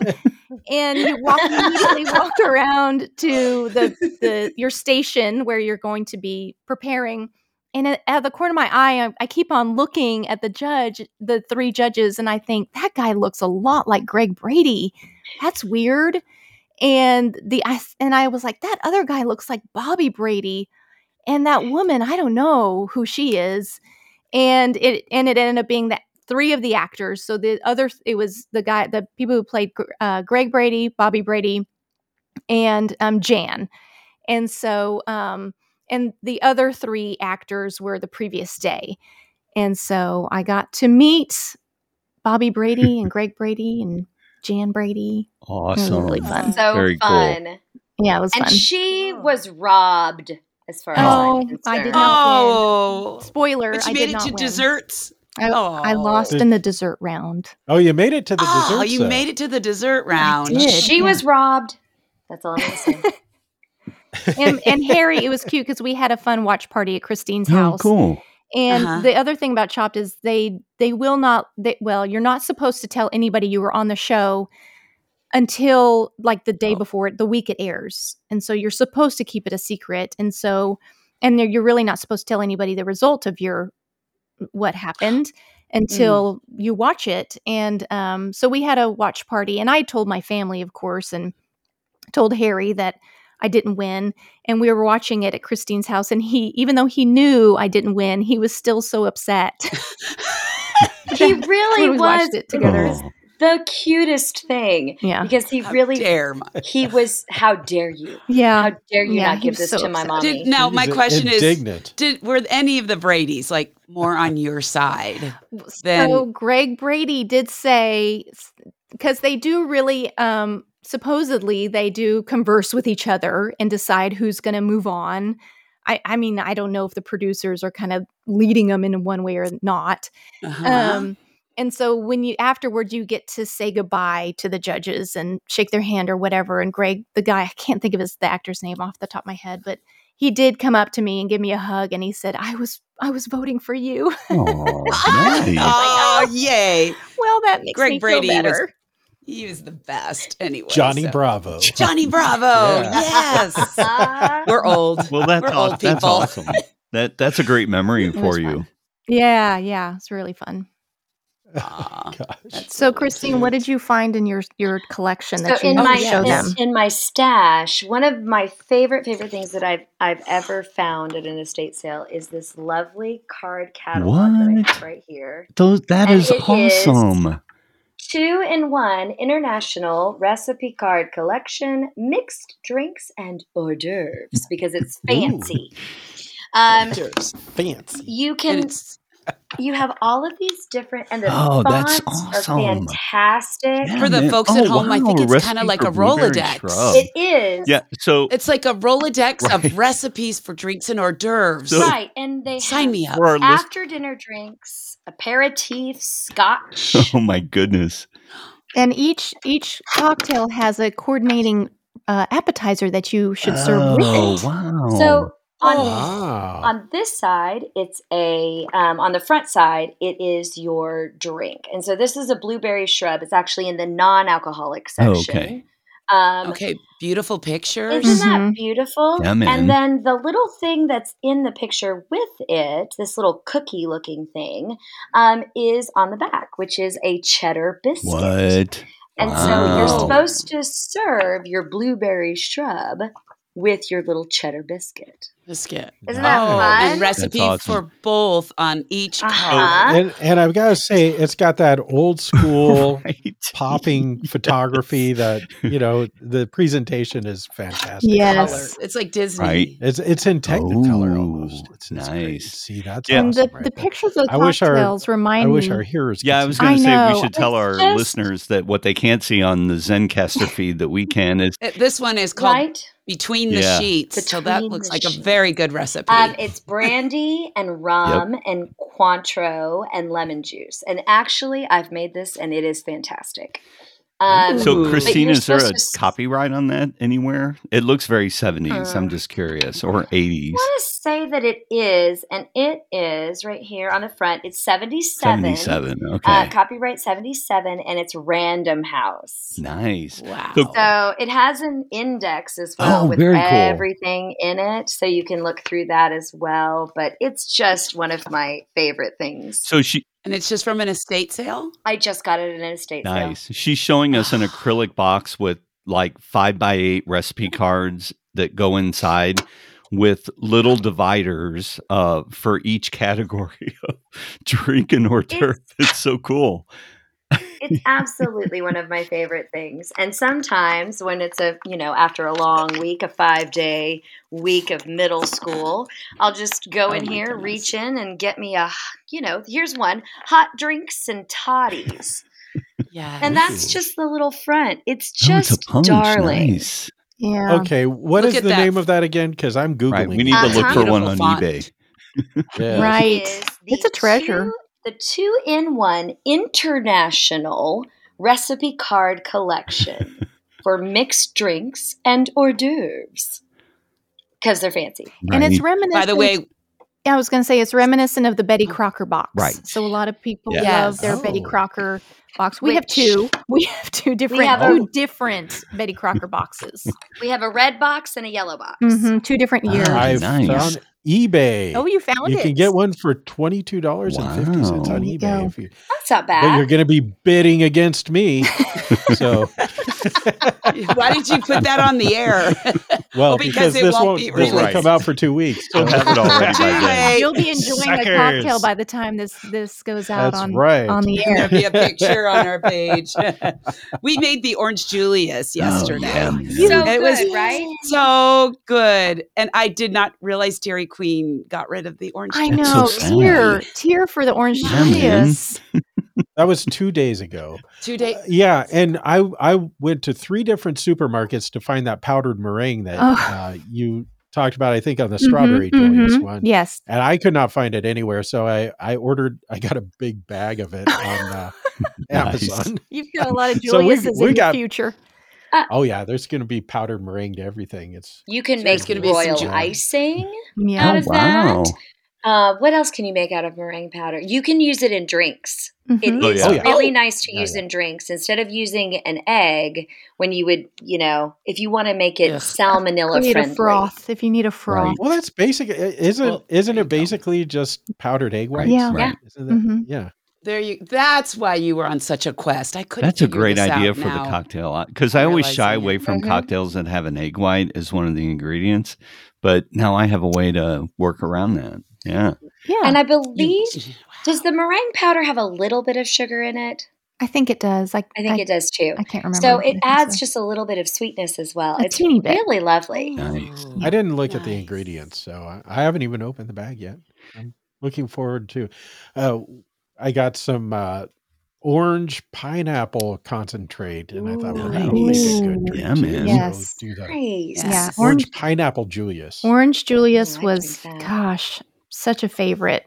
Speaker 10: and you walk you immediately walk around to the the your station where you're going to be preparing and at, at the corner of my eye I, I keep on looking at the judge the three judges and i think that guy looks a lot like greg brady that's weird and the I, s- and i was like that other guy looks like bobby brady And that woman, I don't know who she is. And it and it ended up being that three of the actors. So the other it was the guy the people who played uh, Greg Brady, Bobby Brady, and um, Jan. And so um, and the other three actors were the previous day. And so I got to meet Bobby Brady and Greg Brady and Jan Brady.
Speaker 9: Awesome.
Speaker 10: really fun.
Speaker 3: So
Speaker 9: Very cool.
Speaker 3: fun.
Speaker 10: Yeah, it was
Speaker 3: And
Speaker 10: fun.
Speaker 3: she was robbed as far as
Speaker 10: Oh,
Speaker 3: I'm concerned.
Speaker 10: I did not-
Speaker 8: Oh,
Speaker 10: Spoiler,
Speaker 8: but
Speaker 10: I
Speaker 8: you made
Speaker 10: did
Speaker 8: it
Speaker 10: not
Speaker 8: to
Speaker 10: win.
Speaker 8: desserts.
Speaker 10: I, I
Speaker 8: Oh.
Speaker 10: lost
Speaker 7: Did-
Speaker 10: in the dessert round.
Speaker 7: Oh, you made it to the
Speaker 8: Oh,
Speaker 7: dessert.
Speaker 8: you
Speaker 7: though.
Speaker 8: made it to the dessert round.
Speaker 10: did.
Speaker 3: She
Speaker 10: yeah.
Speaker 3: was robbed. That's all I'm going to say.
Speaker 10: And,
Speaker 9: [LAUGHS]
Speaker 10: and Harry, it was cute because we had a fun watch party at Christine's
Speaker 9: Oh,
Speaker 10: house.
Speaker 9: cool.
Speaker 10: And
Speaker 8: Uh-huh.
Speaker 10: the other thing about Chopped is they they will not. They, well, you're not supposed to tell anybody you were on the show until like the
Speaker 9: Oh.
Speaker 10: day before it, the week it airs, and so you're supposed to keep it a secret. And so, and you're- you're really not supposed to tell anybody the result of your
Speaker 9: [SIGHS]
Speaker 10: what happened
Speaker 9: Mm.
Speaker 10: until you watch it. And um, so we had a watch party, and I told my family, of course, and told Harry that I didn't win. And we were watching it at Christine's house, and he, even though he knew I didn't win, he was still so [LAUGHS] upset. [LAUGHS]
Speaker 3: He
Speaker 10: that
Speaker 3: really
Speaker 10: when we
Speaker 3: was
Speaker 10: watched it together.
Speaker 3: It was the cutest thing.
Speaker 10: Yeah.
Speaker 3: Because he
Speaker 8: How
Speaker 3: really,
Speaker 8: dare my-
Speaker 3: he was, how dare you?
Speaker 10: Yeah.
Speaker 3: How dare you
Speaker 10: Uh, Yeah,
Speaker 3: not
Speaker 10: he
Speaker 3: give
Speaker 10: was
Speaker 3: this
Speaker 10: so
Speaker 3: to my
Speaker 10: upset.
Speaker 3: mommy?
Speaker 8: Did, now
Speaker 7: He's
Speaker 8: my question is:
Speaker 7: indignant.
Speaker 8: Did were any of the Brady's like more on your side?
Speaker 10: so
Speaker 8: Then-
Speaker 10: Greg Brady did say because they do really um supposedly they do converse with each other and decide who's going to move on. I I mean I don't know if the producers are kind of leading them in one way or not.
Speaker 8: Uh-huh.
Speaker 10: Um and so when you afterward you get to say goodbye to the judges and shake their hand or whatever and Greg the guy I can't think of his the actor's name off the top of my head but he did come up to me and give me a hug and he said I was I was voting for you. [LAUGHS]
Speaker 9: Oh, nice.
Speaker 8: oh, yay!
Speaker 10: Well, that makes
Speaker 8: Greg
Speaker 10: me
Speaker 8: Brady was-
Speaker 10: feel better.
Speaker 8: He was the best. Anyway,
Speaker 7: Johnny
Speaker 8: so- [LAUGHS]
Speaker 7: Bravo.
Speaker 8: Johnny Bravo.
Speaker 7: Yeah.
Speaker 8: Yes,
Speaker 3: Ah.
Speaker 8: [LAUGHS] we're old.
Speaker 9: Well, that's
Speaker 8: we're
Speaker 9: aw-
Speaker 8: old
Speaker 9: that's
Speaker 8: people.
Speaker 9: awesome. That that's a great memory
Speaker 10: was
Speaker 9: for you.
Speaker 10: fun. Yeah, yeah, it's really fun.
Speaker 8: Aw,
Speaker 7: Gosh.
Speaker 8: that's
Speaker 10: So,
Speaker 8: really
Speaker 10: Christine,
Speaker 8: cute.
Speaker 10: what did you find in your your collection that
Speaker 3: so
Speaker 10: you
Speaker 3: in
Speaker 10: need
Speaker 3: my
Speaker 10: to show
Speaker 3: in,
Speaker 8: yes.
Speaker 10: them?
Speaker 3: in my stash one of my favorite favorite things that i've i've ever found at an estate sale is this lovely card catalog that i
Speaker 9: What?
Speaker 3: have right here
Speaker 9: Those that
Speaker 3: And
Speaker 9: is
Speaker 3: it is-
Speaker 9: awesome.
Speaker 3: two in one international recipe card collection mixed drinks and hors d'oeuvres because it's fancy um
Speaker 8: Cheers.
Speaker 11: Fancy.
Speaker 3: you
Speaker 8: And
Speaker 3: can
Speaker 8: it's
Speaker 3: you have all of these different and the
Speaker 9: Oh, that's
Speaker 3: fonts are
Speaker 9: awesome.
Speaker 3: fantastic
Speaker 9: Yeah,
Speaker 8: for the
Speaker 9: man.
Speaker 8: folks
Speaker 9: Oh,
Speaker 8: at home. I
Speaker 9: wow.
Speaker 8: think
Speaker 9: a
Speaker 8: it's kind of
Speaker 9: recipe
Speaker 8: like
Speaker 9: for
Speaker 8: a
Speaker 9: blueberry
Speaker 8: Rolodex.
Speaker 9: shrub.
Speaker 3: it is
Speaker 9: Yeah. So
Speaker 8: It's like a Rolodex
Speaker 9: right.
Speaker 8: of recipes for drinks and hors d'oeuvres.
Speaker 9: So
Speaker 3: Right, and they
Speaker 8: Sign
Speaker 3: have
Speaker 8: me up.
Speaker 9: for our list,
Speaker 3: after dinner drinks, aperitifs,
Speaker 9: [LAUGHS]
Speaker 3: scotch.
Speaker 9: oh my goodness.
Speaker 10: And each each cocktail has a coordinating uh, appetizer that you should serve
Speaker 9: [LAUGHS]
Speaker 10: with
Speaker 9: Oh
Speaker 10: it.
Speaker 9: wow.
Speaker 3: So on
Speaker 8: Oh,
Speaker 7: Wow.
Speaker 3: on this side, it's a um, on the front side, it is your drink, and so this is a blueberry shrub. It's actually in the non-alcoholic
Speaker 9: Oh,
Speaker 3: section.
Speaker 9: okay.
Speaker 3: Um,
Speaker 8: okay. Beautiful pictures.
Speaker 3: Isn't that
Speaker 10: Mhm.
Speaker 3: beautiful?
Speaker 9: Yeah,
Speaker 3: And
Speaker 9: man.
Speaker 3: then the little thing that's in the picture with it, this little cookie looking thing, um, is on the back, which is a cheddar biscuit.
Speaker 9: What?
Speaker 3: And so you're
Speaker 9: Wow.
Speaker 8: Oh.
Speaker 3: supposed to serve your blueberry shrub with your little cheddar biscuit.
Speaker 8: Biscuit.
Speaker 3: Isn't that
Speaker 8: Oh, and
Speaker 3: fun?
Speaker 9: Nice. That's
Speaker 8: recipe
Speaker 9: awesome.
Speaker 8: for both on each
Speaker 3: Uh
Speaker 8: card.
Speaker 3: huh.
Speaker 7: And and I've got to say, it's got that old
Speaker 9: [LAUGHS]
Speaker 7: school
Speaker 9: right. [LAUGHS]
Speaker 7: popping photography that you know the presentation is
Speaker 8: The
Speaker 7: fantastic. For that.
Speaker 8: color.
Speaker 10: Yes,
Speaker 8: It's like
Speaker 9: Right.
Speaker 8: Disney.
Speaker 7: It's it's in Technicolor almost.
Speaker 9: Oh,
Speaker 7: It's, it's great.
Speaker 9: nice.
Speaker 7: See, that's
Speaker 9: Yeah.
Speaker 10: and the
Speaker 7: awesome
Speaker 10: the
Speaker 7: right there.
Speaker 10: pictures of the
Speaker 7: I wish our
Speaker 10: cocktails remind
Speaker 7: I wish
Speaker 10: me.
Speaker 7: our heroes.
Speaker 9: [LAUGHS]
Speaker 7: could
Speaker 9: Yeah, I
Speaker 7: see
Speaker 9: was going
Speaker 10: I
Speaker 9: to say we
Speaker 10: know.
Speaker 9: should tell
Speaker 3: It's
Speaker 9: our
Speaker 3: just
Speaker 9: listeners that what they can't see on the ZenCaster feed that we can is
Speaker 8: It- Uh, this one is called
Speaker 3: right
Speaker 8: Between the
Speaker 9: yeah.
Speaker 8: Sheets. So that
Speaker 3: between
Speaker 8: looks
Speaker 3: the
Speaker 8: like a
Speaker 3: sheets.
Speaker 8: very good
Speaker 3: Um,
Speaker 8: recipe.
Speaker 3: it's brandy and
Speaker 9: Yep.
Speaker 3: rum and Cointreau and lemon juice. And actually, I've made this and it is fantastic. Um,
Speaker 9: So,
Speaker 8: Ooh.
Speaker 3: but you're
Speaker 9: Christina, is there
Speaker 3: supposed
Speaker 9: a
Speaker 3: to. s-
Speaker 9: copyright on that anywhere? It looks very 70s.
Speaker 3: Uh,
Speaker 9: I'm just curious, or
Speaker 3: I
Speaker 9: 80s.
Speaker 3: want to say that it is, and it is right here on the front. It's 77,
Speaker 9: 77.
Speaker 3: uh,
Speaker 9: Okay.
Speaker 3: copyright 77, and it's Random House.
Speaker 9: Nice. So,
Speaker 8: Wow.
Speaker 3: So it has an index as well
Speaker 9: oh,
Speaker 3: with
Speaker 9: very cool.
Speaker 3: everything in it. So you can look through that as well. But it's just one of my favorite things.
Speaker 9: So she
Speaker 8: And it's just from an estate
Speaker 9: [LAUGHS]
Speaker 8: sale?
Speaker 3: I just got it at an estate sale.
Speaker 9: nice. She's showing us an
Speaker 8: Oh,
Speaker 3: [SIGHS]
Speaker 9: acrylic box with like five by eight recipe cards that go inside with little dividers uh, for each category [LAUGHS] of drink and hors d'oeuvre. It's, so cool.
Speaker 3: It's absolutely one of my favorite things. And sometimes when it's a, you know, after a long week, a five day week of middle school, I'll just go
Speaker 8: Oh
Speaker 3: in
Speaker 8: my
Speaker 3: here,
Speaker 8: goodness.
Speaker 3: reach in and get me a, you know, here's one hot drinks and toddies.
Speaker 8: Yeah.
Speaker 3: And that's just the little front. It's
Speaker 9: Oh, it's a
Speaker 3: just
Speaker 9: punch.
Speaker 3: darling.
Speaker 9: Nice.
Speaker 10: Yeah.
Speaker 7: Okay, what
Speaker 8: Look
Speaker 7: is
Speaker 8: at
Speaker 7: the
Speaker 8: that.
Speaker 7: name of that again? Because I'm googling.
Speaker 9: Right. We
Speaker 7: it.
Speaker 9: need to look for
Speaker 3: Uh-huh.
Speaker 9: one on
Speaker 8: Beautiful font.
Speaker 9: eBay.
Speaker 7: Yeah.
Speaker 10: Uh, Right.
Speaker 3: is the
Speaker 10: It's a treasure.
Speaker 3: two- the two in one international recipe card
Speaker 10: [LAUGHS]
Speaker 3: collection for mixed drinks and hors d'oeuvres because they're fancy.
Speaker 10: And it's
Speaker 9: Right.
Speaker 10: reminiscent.
Speaker 8: By the way,
Speaker 10: I was going to say it's reminiscent of the Betty
Speaker 7: Oh,
Speaker 10: Crocker box.
Speaker 9: Right.
Speaker 10: So a lot of people
Speaker 9: Yeah.
Speaker 10: love their Betty
Speaker 9: Oh.
Speaker 10: Crocker box. We have
Speaker 3: Which-
Speaker 10: two. [LAUGHS] We have two different
Speaker 3: have
Speaker 7: Oh.
Speaker 10: two
Speaker 3: a-
Speaker 10: different Betty Crocker boxes.
Speaker 3: We have a red box and a yellow box.
Speaker 10: Mhm, Two different
Speaker 9: Ah,
Speaker 10: years.
Speaker 7: I've
Speaker 9: Nice.
Speaker 7: found eBay.
Speaker 10: oh, you found
Speaker 7: you
Speaker 10: it.
Speaker 7: can get one for twenty two dollars and fifty cents
Speaker 9: Wow.
Speaker 7: on
Speaker 10: There you
Speaker 7: eBay.
Speaker 10: go.
Speaker 7: If you,
Speaker 3: That's not
Speaker 7: but you're
Speaker 3: bad.
Speaker 7: going to be bidding against
Speaker 10: [LAUGHS]
Speaker 7: me. so
Speaker 8: why did you put that on the air?
Speaker 7: well,
Speaker 8: Well, because
Speaker 7: because,
Speaker 8: it
Speaker 7: this
Speaker 8: won't
Speaker 7: won't
Speaker 8: be
Speaker 7: this won't
Speaker 9: released.
Speaker 7: come out for two weeks. So
Speaker 9: I'll have
Speaker 7: [LAUGHS]
Speaker 9: it all
Speaker 8: [LAUGHS]
Speaker 9: ready by
Speaker 8: Too
Speaker 9: then.
Speaker 8: late.
Speaker 10: You'll be enjoying a cocktail
Speaker 7: Suckers.
Speaker 10: by the time this this goes out
Speaker 7: That's
Speaker 10: on
Speaker 7: right.
Speaker 10: on the
Speaker 8: There'll
Speaker 10: air.
Speaker 8: be a picture on
Speaker 9: [LAUGHS]
Speaker 8: our page. we made the orange Julius yesterday.
Speaker 9: Oh,
Speaker 3: So
Speaker 9: yeah.
Speaker 8: It
Speaker 3: good,
Speaker 8: was-
Speaker 3: right?
Speaker 8: So good. And I did not realize Dairy Queen got rid of the orange
Speaker 10: I
Speaker 9: That's
Speaker 8: Julius.
Speaker 9: so
Speaker 10: know.
Speaker 9: sad.
Speaker 10: tear, tear for the orange
Speaker 9: Yeah, man.
Speaker 10: Julius.
Speaker 7: That was two days ago.
Speaker 8: Two days.
Speaker 7: Uh, yeah, and I I went to three different supermarkets to find that powdered meringue that
Speaker 10: Oh.
Speaker 7: uh, you talked about. I think on the
Speaker 10: Mhm,
Speaker 7: strawberry Julius
Speaker 10: mhm.
Speaker 7: one.
Speaker 10: Yes.
Speaker 7: and I could not find it anywhere. So I I ordered. I got a big bag of it on
Speaker 8: [LAUGHS]
Speaker 7: uh,
Speaker 9: Nice.
Speaker 7: Amazon.
Speaker 10: You've got a lot of
Speaker 7: So we-
Speaker 10: Julius's
Speaker 7: we
Speaker 10: in
Speaker 7: got-
Speaker 10: the future.
Speaker 7: Oh yeah, there's going to be powdered meringue to everything. It's
Speaker 3: You can
Speaker 8: There's gonna
Speaker 3: make
Speaker 8: be some
Speaker 3: royal
Speaker 7: ju-
Speaker 3: icing
Speaker 10: Yeah.
Speaker 3: out
Speaker 9: Oh,
Speaker 3: of that.
Speaker 9: wow.
Speaker 3: Uh, what else can you make out of meringue powder? You can use it in drinks. It is
Speaker 10: Mhm.
Speaker 9: Oh, yeah.
Speaker 7: Oh, yeah.
Speaker 3: really
Speaker 8: Oh.
Speaker 3: nice to
Speaker 7: Yeah,
Speaker 3: use
Speaker 7: yeah.
Speaker 3: in drinks instead of using an egg when you would, you know, if you want to make it
Speaker 8: Ugh.
Speaker 3: salmonella
Speaker 10: Create
Speaker 3: friendly.
Speaker 10: a froth if you need a froth.
Speaker 7: Well, that's basic. i- Isn't
Speaker 8: Well,
Speaker 7: isn't
Speaker 8: there you
Speaker 7: it
Speaker 8: go.
Speaker 7: basically just powdered egg
Speaker 9: Right.
Speaker 7: whites?
Speaker 10: Yeah.
Speaker 9: Right.
Speaker 7: Isn't that,
Speaker 10: Mhm.
Speaker 7: Yeah.
Speaker 8: There you that's why you were on such a quest. I couldn't
Speaker 9: That's a
Speaker 8: figure
Speaker 9: great
Speaker 8: this
Speaker 9: idea
Speaker 8: out
Speaker 9: for
Speaker 8: now.
Speaker 9: the cocktail because
Speaker 8: I'm
Speaker 9: I always shy
Speaker 8: realizing it.
Speaker 9: away from
Speaker 10: Mhm.
Speaker 9: cocktails that have an egg white as one of the ingredients. But now I have a way to work around that. Yeah.
Speaker 10: Yeah.
Speaker 3: And I
Speaker 8: You,
Speaker 3: believe does the meringue powder have a little bit of sugar in it?
Speaker 10: I think it does. I,
Speaker 3: I think it does too.
Speaker 10: I can't remember.
Speaker 3: So
Speaker 10: but I
Speaker 3: it
Speaker 10: think
Speaker 3: adds
Speaker 10: so.
Speaker 3: just a little bit of sweetness as well.
Speaker 10: A
Speaker 3: it's
Speaker 10: teeny bit.
Speaker 3: really lovely.
Speaker 9: Nice.
Speaker 8: Oh,
Speaker 7: I didn't look at the
Speaker 8: nice.
Speaker 7: ingredients, so I, I haven't even opened the bag yet. I'm looking forward to. Uh, I got some uh, orange pineapple concentrate, and I thought, well, that'll make a
Speaker 9: Nice.
Speaker 7: good
Speaker 10: Ooh.
Speaker 7: drink
Speaker 9: Yeah,
Speaker 7: too.
Speaker 9: man.
Speaker 7: So
Speaker 10: Yes.
Speaker 7: do that.
Speaker 3: Nice.
Speaker 10: Yeah.
Speaker 8: Yes.
Speaker 7: Orange
Speaker 10: Orange
Speaker 7: pineapple Julius. [LAUGHS]
Speaker 10: Orange Julius
Speaker 3: Ooh, I
Speaker 10: was
Speaker 3: drink that.
Speaker 10: gosh, such a favorite.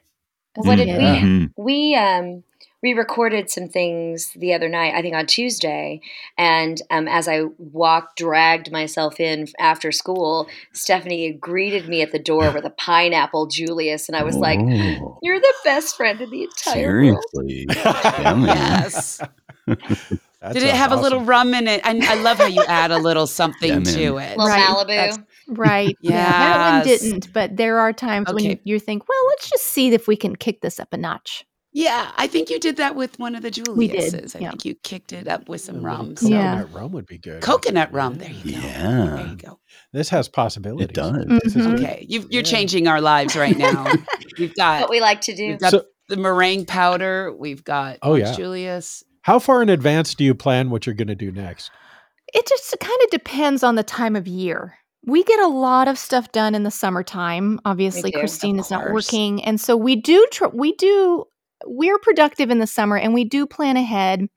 Speaker 10: as a
Speaker 3: What
Speaker 9: Mm,
Speaker 3: did
Speaker 10: kid.
Speaker 3: we
Speaker 7: Yeah.
Speaker 9: mhm.
Speaker 3: we um we recorded some things the other night i think on tuesday and um, as i walked dragged myself in after school stephanie greeted me at the door with a pineapple julius and i was like
Speaker 9: Oh,
Speaker 3: you're the best friend in the entire world [LAUGHS]
Speaker 9: seriously. Yeah, man. [LAUGHS]
Speaker 8: Yes.
Speaker 7: That
Speaker 8: Did it
Speaker 7: sounds
Speaker 8: have a little
Speaker 7: awesome.
Speaker 8: rum in it? And I love how you add a little something
Speaker 9: Yeah, man.
Speaker 8: to it.
Speaker 3: little
Speaker 10: Right.
Speaker 8: That's-
Speaker 3: malibu
Speaker 10: Right. Yeah. That one
Speaker 8: Yes.
Speaker 10: didn't, but there are times when you,
Speaker 8: Okay.
Speaker 10: you think, well, let's just see if we can kick this up a notch.
Speaker 8: Yeah, I think you did that with one of the
Speaker 10: did,
Speaker 8: Juliuses. I
Speaker 10: yeah.
Speaker 8: think you kicked it up with
Speaker 7: A
Speaker 9: Oh,
Speaker 8: some
Speaker 7: little
Speaker 8: rum. So
Speaker 10: Yeah.
Speaker 7: Coconut rum would be good.
Speaker 8: coconut rum. There you go. There
Speaker 9: Yeah,
Speaker 8: you go.
Speaker 7: This has possibilities.
Speaker 9: it does.
Speaker 3: Mm.
Speaker 7: This is
Speaker 10: Mhm.
Speaker 7: good.
Speaker 8: Okay, you, you're
Speaker 7: Yeah.
Speaker 8: changing our lives right now. we've got
Speaker 3: [LAUGHS] what we like to do
Speaker 8: we've got
Speaker 7: So-
Speaker 8: the meringue powder. We've got
Speaker 7: Oh,
Speaker 8: Orange
Speaker 7: yeah.
Speaker 8: Julius.
Speaker 7: How far in advance do you plan what you're going to do next?
Speaker 10: It just kind of depends on the time of year. We get a lot of stuff done in the summertime. Obviously,
Speaker 3: do, of
Speaker 10: Christine is not
Speaker 8: course.
Speaker 10: working, and so we do. Tr- we do. We're productive in the summer, and we do plan ahead.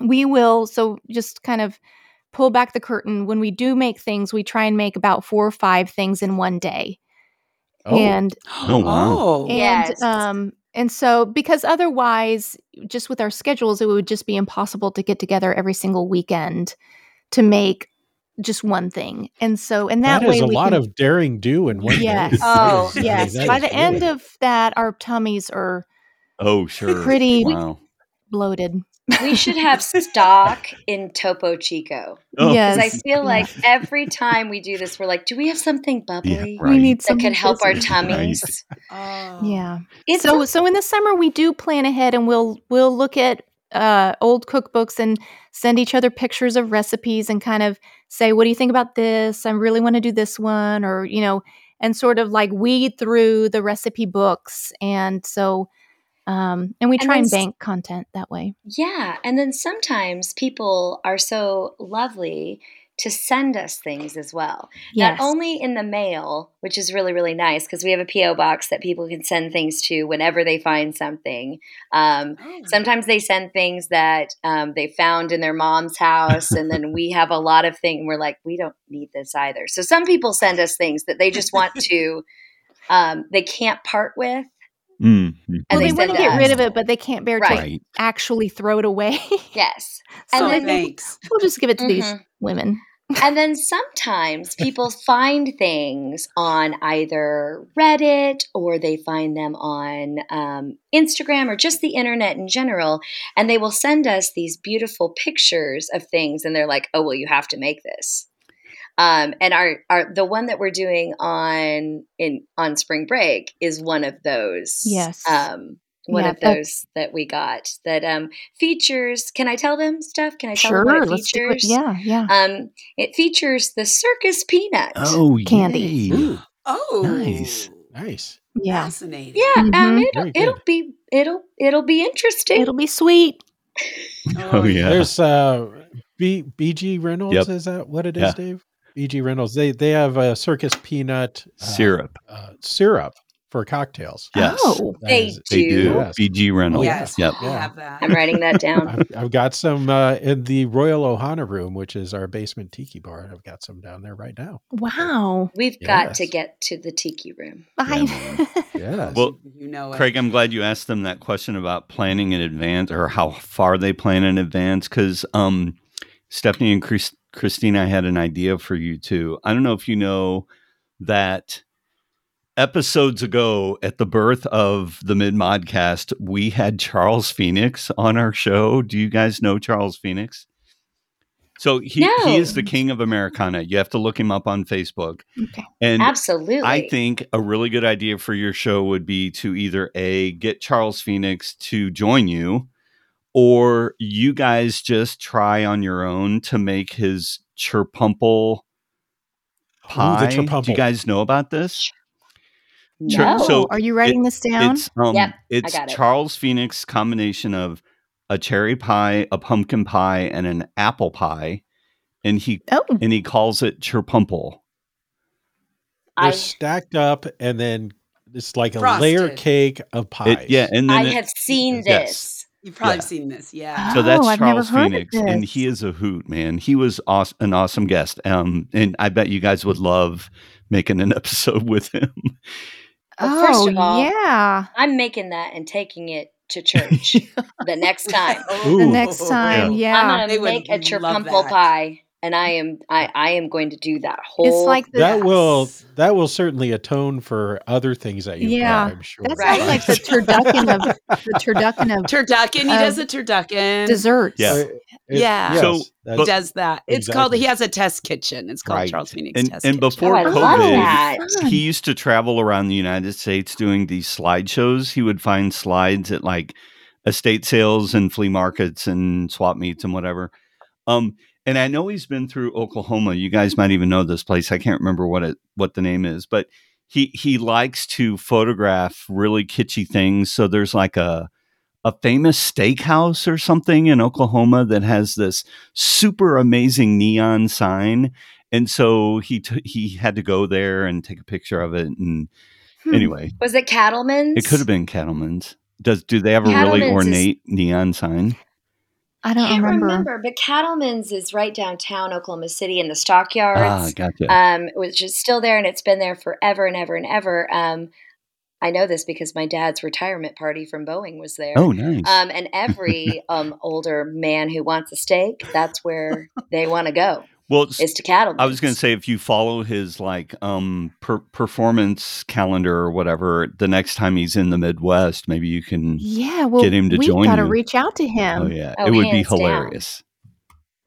Speaker 10: We will. So just kind of pull back the curtain. When we do make things, we try and make about four or five things in one day, and
Speaker 9: [GASPS] Oh, wow.
Speaker 8: Oh,
Speaker 10: and
Speaker 3: Yes.
Speaker 10: um and so because otherwise just with our schedules it would just be impossible to get together every single weekend to make just one thing and so and that,
Speaker 7: that is
Speaker 10: way
Speaker 7: a
Speaker 10: we
Speaker 7: lot
Speaker 10: can,
Speaker 7: of daring do in one
Speaker 10: Yes.
Speaker 7: day. That
Speaker 3: Oh,
Speaker 7: is- [LAUGHS] I mean,
Speaker 10: yes
Speaker 7: that
Speaker 10: by
Speaker 7: is
Speaker 10: the
Speaker 7: really-
Speaker 10: end of that our tummies are
Speaker 9: Oh, sure.
Speaker 10: Pretty-
Speaker 9: Wow.
Speaker 10: bloated
Speaker 3: we should have stock in topo chico
Speaker 9: Oh,
Speaker 10: yes
Speaker 3: because i feel
Speaker 10: yeah.
Speaker 3: like every time we do this we're like do we have something
Speaker 9: yeah,
Speaker 3: bubbly
Speaker 9: right.
Speaker 10: [LAUGHS] we need
Speaker 3: that
Speaker 10: some
Speaker 3: could help our
Speaker 9: Right.
Speaker 3: tummies
Speaker 8: oh,
Speaker 10: yeah
Speaker 3: It's
Speaker 10: so so in the summer we do plan ahead and we'll we'll look at uh, old cookbooks and send each other pictures of recipes and kind of say what do you think about this i really want to do this one or you know and sort of like weed through the recipe books. And so, um, and we
Speaker 3: And
Speaker 10: try
Speaker 3: then
Speaker 10: and
Speaker 3: s-
Speaker 10: bank content that way.
Speaker 3: Yeah. And then sometimes people are so lovely to send us things as well.
Speaker 10: Yes.
Speaker 3: Not only in the mail, which is really, really nice because we have a P.O. box that people can send things to whenever they find something. Um,
Speaker 8: Oh.
Speaker 3: Sometimes they send things that um, they found in their mom's house. And then we have a lot of things. We're like, we don't need this either. So some people send us things that they just want to, um, they can't part with.
Speaker 9: Mm.
Speaker 3: And
Speaker 10: well, they,
Speaker 3: they
Speaker 10: want to
Speaker 3: said
Speaker 10: get
Speaker 3: that-
Speaker 10: rid of it, but they can't bear to
Speaker 3: Right.
Speaker 10: actually throw it away.
Speaker 3: Yes.
Speaker 10: so
Speaker 3: And
Speaker 10: I
Speaker 3: then-
Speaker 10: think [LAUGHS] we'll just give it to these
Speaker 3: Mhm.
Speaker 10: women.
Speaker 3: and then sometimes people find things on either Reddit or they find them on um, Instagram or just the internet in general. And they will send us these beautiful pictures of things. And they're like, oh, well, you have to make this. Um, and our, our the one that we're doing on in on spring break is one of those.
Speaker 10: Yes.
Speaker 3: Um, one
Speaker 10: Yeah,
Speaker 3: of
Speaker 10: that's-
Speaker 3: those that we got that um, features. Can I tell them stuff? Can I tell
Speaker 10: Sure,
Speaker 3: them what it
Speaker 10: let's do it.
Speaker 3: features?
Speaker 10: Yeah, yeah.
Speaker 3: Um, it features the circus peanut.
Speaker 9: Oh,
Speaker 10: Candy.
Speaker 9: yay.
Speaker 7: Ooh,
Speaker 8: Oh,
Speaker 9: Nice.
Speaker 7: nice.
Speaker 10: Yeah.
Speaker 8: fascinating.
Speaker 3: Yeah, um,
Speaker 10: Mhm.
Speaker 3: it'll
Speaker 7: Very good.
Speaker 3: it'll be it'll it'll be interesting.
Speaker 10: It'll be sweet.
Speaker 9: [LAUGHS] Oh, yeah.
Speaker 7: There's uh B BG Reynolds, is that what it is,
Speaker 9: Yeah.
Speaker 7: Dave? BG Reynolds. They they have a circus peanut uh,
Speaker 9: Syrup.
Speaker 7: uh, syrup for cocktails.
Speaker 9: Yes.
Speaker 10: Oh,
Speaker 7: That
Speaker 3: They
Speaker 7: is-
Speaker 9: They do.
Speaker 3: do.
Speaker 7: Yes.
Speaker 9: BG Reynolds.
Speaker 8: Oh, yes,
Speaker 9: Yep.
Speaker 8: we
Speaker 7: Yeah.
Speaker 8: have that.
Speaker 3: I'm writing that
Speaker 9: [LAUGHS]
Speaker 3: down.
Speaker 7: I've, I've got some uh, in the Royal Ohana room, which is our basement tiki bar. I've got some down there right now.
Speaker 10: wow.
Speaker 3: We've got to
Speaker 7: Yes.
Speaker 3: get to the tiki room.
Speaker 10: I,
Speaker 7: Yes.
Speaker 9: Well,
Speaker 8: you know it.
Speaker 9: Craig, I'm glad you asked them that question about planning in advance or how far they plan in advance because um, Stephanie and Chris- Christina had an idea for you too. I don't know if you know that episodes ago at the birth of the Mid Modcast, we had Charles Phoenix on our show. Do you guys know Charles Phoenix? So he, he is
Speaker 3: No.
Speaker 9: the king of Americana. You have to look him up on Facebook.
Speaker 10: [LAUGHS] okay.
Speaker 9: And
Speaker 3: [LAUGHS] Absolutely.
Speaker 9: I think a really good idea for your show would be to either A, get Charles Phoenix to join you, or you guys just try on your own to make his churpumple pie. Do
Speaker 7: churpumple.
Speaker 9: you guys know about this? Sure,
Speaker 3: no.
Speaker 9: so
Speaker 10: Oh, are you writing this down?
Speaker 9: It's um
Speaker 3: Yep, I
Speaker 9: it's
Speaker 3: got it.
Speaker 9: Charles Phoenix combination of a cherry pie, a pumpkin pie, and an apple pie. And he
Speaker 10: Oh,
Speaker 9: and he calls it churpumple.
Speaker 7: They're
Speaker 3: I
Speaker 7: stacked up, and then it's like a
Speaker 8: Frosted.
Speaker 7: layer cake of pies.
Speaker 9: It, yeah, and
Speaker 3: I
Speaker 9: then it-
Speaker 3: have seen
Speaker 9: Yes.
Speaker 3: this.
Speaker 8: You've probably
Speaker 9: Yeah.
Speaker 8: seen this. [LAUGHS]
Speaker 3: Uh-huh.
Speaker 8: Yeah.
Speaker 9: So that's
Speaker 10: Oh, I've never
Speaker 9: Charles
Speaker 10: heard of
Speaker 9: Phoenix, and
Speaker 10: this.
Speaker 9: he is a hoot, man. He was aw- an awesome guest, um, and I bet you guys would love making an [LAUGHS] episode with him.
Speaker 3: Well, first
Speaker 10: oh,
Speaker 3: of all-
Speaker 10: yeah.
Speaker 3: I'm making that and taking it
Speaker 9: [LAUGHS]
Speaker 3: to church the next time.
Speaker 7: Ooh.
Speaker 8: Oh.
Speaker 10: The next time,
Speaker 3: I'm
Speaker 10: yeah.
Speaker 3: gonna
Speaker 8: They would
Speaker 3: make a
Speaker 8: love
Speaker 3: churpumple
Speaker 8: that.
Speaker 3: pie, and I am I I am going to do that whole.
Speaker 10: It's like the
Speaker 7: That will
Speaker 8: Yes.
Speaker 7: that will certainly atone for other things that you've
Speaker 10: Yeah.
Speaker 7: done, I'm sure.
Speaker 10: that
Speaker 3: Right.
Speaker 10: sounds
Speaker 9: [LAUGHS]
Speaker 10: like the
Speaker 7: [LAUGHS]
Speaker 10: turducken of the
Speaker 3: [LAUGHS]
Speaker 10: turducken of
Speaker 8: Turducken. He
Speaker 10: Um,
Speaker 8: does a turducken.
Speaker 10: desserts.
Speaker 9: Yeah.
Speaker 7: It-
Speaker 8: Yeah.
Speaker 7: yes,
Speaker 9: So,
Speaker 7: that's-
Speaker 8: He
Speaker 9: But-
Speaker 8: does that. It's called.
Speaker 7: Exactly.
Speaker 8: He has a test kitchen. It's called
Speaker 9: Right.
Speaker 8: Charles Phoenix
Speaker 9: And
Speaker 8: Test
Speaker 9: and
Speaker 8: Kitchen.
Speaker 9: before
Speaker 3: Oh, I love
Speaker 9: COVID,
Speaker 3: that.
Speaker 10: Fun.
Speaker 9: he used to travel around the United States doing these slideshows. He would find slides at like estate sales and flea markets and swap meets and whatever. Um, and I know he's been through Oklahoma. You guys might even know this place. I can't remember what it what the name is, but he he likes to photograph really kitschy things. So there's like a a famous steakhouse or something in Oklahoma that has this super amazing neon sign. And so he t- he had to go there and take a picture of it. And
Speaker 10: Hmm.
Speaker 9: anyway,
Speaker 3: Was it Cattleman's?
Speaker 9: it could have been Cattleman's. Does do they have a really
Speaker 3: Cattleman's is-
Speaker 9: ornate neon sign?
Speaker 10: I don't
Speaker 3: can't
Speaker 10: remember.
Speaker 3: remember. but Cattleman's is right downtown Oklahoma City in the stockyards,
Speaker 9: Ah, gotcha.
Speaker 3: um, which is still there and it's been there forever and ever and ever. Um, I know this because my dad's retirement party from Boeing was there.
Speaker 9: oh, nice.
Speaker 3: Um, and
Speaker 9: [LAUGHS]
Speaker 3: every um, older man who wants a steak, that's where they want to go
Speaker 9: well, s-
Speaker 3: is to Cattleman's.
Speaker 9: I was going to say if you follow his like um per- performance calendar or whatever, the next time he's in the Midwest, maybe you can.
Speaker 10: Yeah, well,
Speaker 9: Get him to
Speaker 10: we
Speaker 9: join
Speaker 10: gotta
Speaker 9: you.
Speaker 10: reach out to him.
Speaker 9: oh yeah,
Speaker 3: Oh,
Speaker 9: it would be
Speaker 3: hands down.
Speaker 9: hilarious.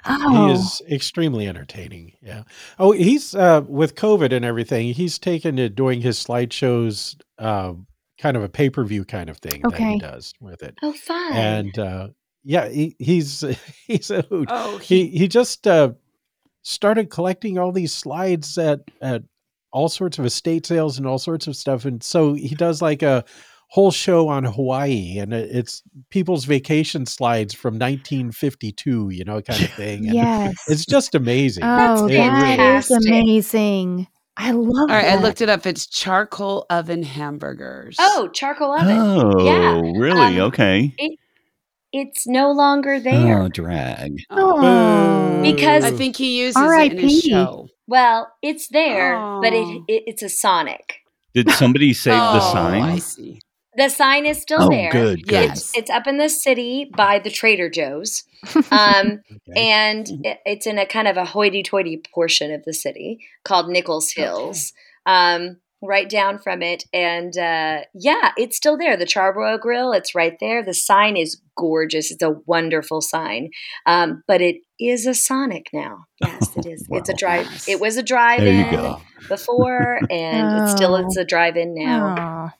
Speaker 10: Oh,
Speaker 7: He is extremely entertaining. Yeah. Oh, he's uh, with COVID and everything. He's taken to doing his slideshows, um, kind of a pay per view kind of thing that
Speaker 10: Okay.
Speaker 7: he does with it.
Speaker 3: Oh, fun.
Speaker 7: And uh, yeah, he, he's [LAUGHS] he's a hoot.
Speaker 8: Oh, he,
Speaker 7: He he just uh, started collecting all these slides at at all sorts of estate sales and all sorts of stuff. And so he does like a whole show on Hawaii and it- it's people's vacation slides from 1952, you know,
Speaker 8: [LAUGHS]
Speaker 7: kind of thing. And
Speaker 9: [LAUGHS]
Speaker 10: Yes.
Speaker 7: It's just amazing.
Speaker 10: Oh,
Speaker 7: It really
Speaker 10: that is
Speaker 7: is.
Speaker 10: amazing. I
Speaker 8: All
Speaker 10: love
Speaker 8: right, I
Speaker 3: [LAUGHS]
Speaker 10: that.
Speaker 8: looked it up. It's charcoal oven hamburgers.
Speaker 3: Oh, charcoal oven.
Speaker 9: Oh,
Speaker 3: yeah.
Speaker 9: really?
Speaker 3: Um,
Speaker 9: okay.
Speaker 3: It, it's no longer there.
Speaker 9: Oh,
Speaker 3: [LAUGHS]
Speaker 9: drag.
Speaker 10: [LAUGHS] Oh.
Speaker 3: Because-
Speaker 8: I think he uses it in his
Speaker 10: R.I.P..
Speaker 8: show.
Speaker 3: Well, it's there, but it,
Speaker 8: Oh.
Speaker 3: it it's a Sonic.
Speaker 9: Did somebody save the
Speaker 8: Oh, I
Speaker 9: sign?
Speaker 8: see.
Speaker 3: The sign is still
Speaker 9: Oh,
Speaker 3: there.
Speaker 9: good, good.
Speaker 8: Yes.
Speaker 3: It's up in the city by the Trader Joe's. Um,
Speaker 7: Okay.
Speaker 3: and i- it's in a kind of a hoity toity portion of the city called Nichols Hills, um, right down from it. And uh, yeah, it's still there. The Charbroil Grill, it's right there. The sign is gorgeous. It's a wonderful sign. Um, but it is a Sonic now. Yes, it is. It's a
Speaker 9: Wow.
Speaker 3: drive.
Speaker 8: Nice.
Speaker 3: It was a drive
Speaker 9: There you
Speaker 3: in
Speaker 9: go.
Speaker 3: before, and it's still
Speaker 10: Oh.
Speaker 3: it's a drive in now.
Speaker 10: Aw.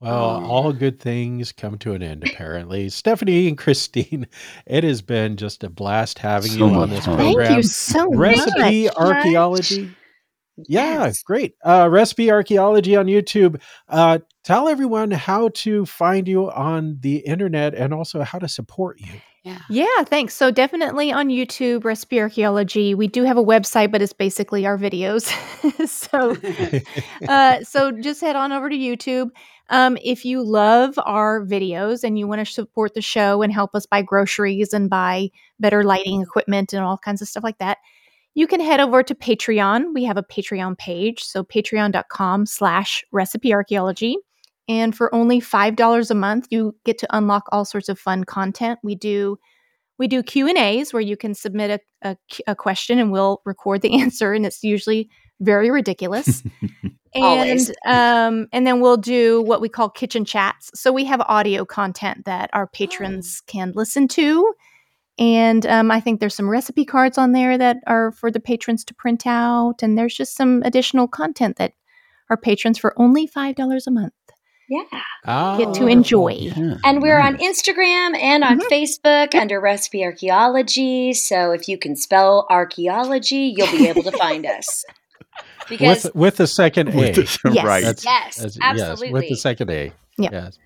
Speaker 7: Well,
Speaker 8: Oh.
Speaker 7: all good things come to an
Speaker 10: [LAUGHS]
Speaker 7: end, apparently. Stephanie and Christine, it has been just a blast having
Speaker 9: So
Speaker 7: you on
Speaker 9: much
Speaker 7: this
Speaker 9: fun.
Speaker 10: Thank
Speaker 7: program.
Speaker 10: you so much.
Speaker 7: Recipe
Speaker 3: much.
Speaker 7: archaeology. Yeah,
Speaker 3: Yes.
Speaker 7: great. Uh, Recipe archaeology on YouTube. Uh, tell everyone how to find you on the internet and also how to support you.
Speaker 8: Yeah.
Speaker 10: Yeah, thanks. So definitely on YouTube, Recipe Archaeology. We do have a website, but it's basically our videos. [LAUGHS] so uh, so just head on over to YouTube. Um, if you love our videos and you want to support the show and help us buy groceries and buy better lighting equipment and all kinds of stuff like that, you can head over to Patreon. We have a Patreon page, so patreon.com slash recipe archaeology. And for only $5 a month, you get to unlock all sorts of fun content. We do we do Q and A's where you can submit a, a, a question and we'll record the [LAUGHS] answer, and it's usually very ridiculous.
Speaker 3: Always.
Speaker 10: and um, and then we'll do what we call kitchen chats. So we have audio content that our patrons can listen to, and um, I think there's some recipe cards on there that are for the patrons to print out, and there's just some additional content that our patrons for only five dollars a month
Speaker 3: Yeah.
Speaker 10: get
Speaker 7: Ah,
Speaker 10: to
Speaker 7: wonderful.
Speaker 10: enjoy.
Speaker 9: Yeah,
Speaker 3: And we're on
Speaker 9: nice.
Speaker 3: Instagram and on Facebook under Recipe Archaeology. So if you can spell archaeology, you'll be able to find us. Because,
Speaker 7: With with the second A. [LAUGHS]
Speaker 9: With this-
Speaker 10: Yes.
Speaker 9: Right.
Speaker 7: That's-
Speaker 3: yes,
Speaker 7: As-
Speaker 3: absolutely.
Speaker 7: Yes, with the second A.
Speaker 10: Yep.
Speaker 7: Yes.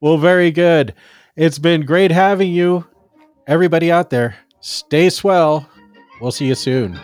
Speaker 7: Well, very good. It's been great having you. Everybody out there, stay swell. We'll see you soon.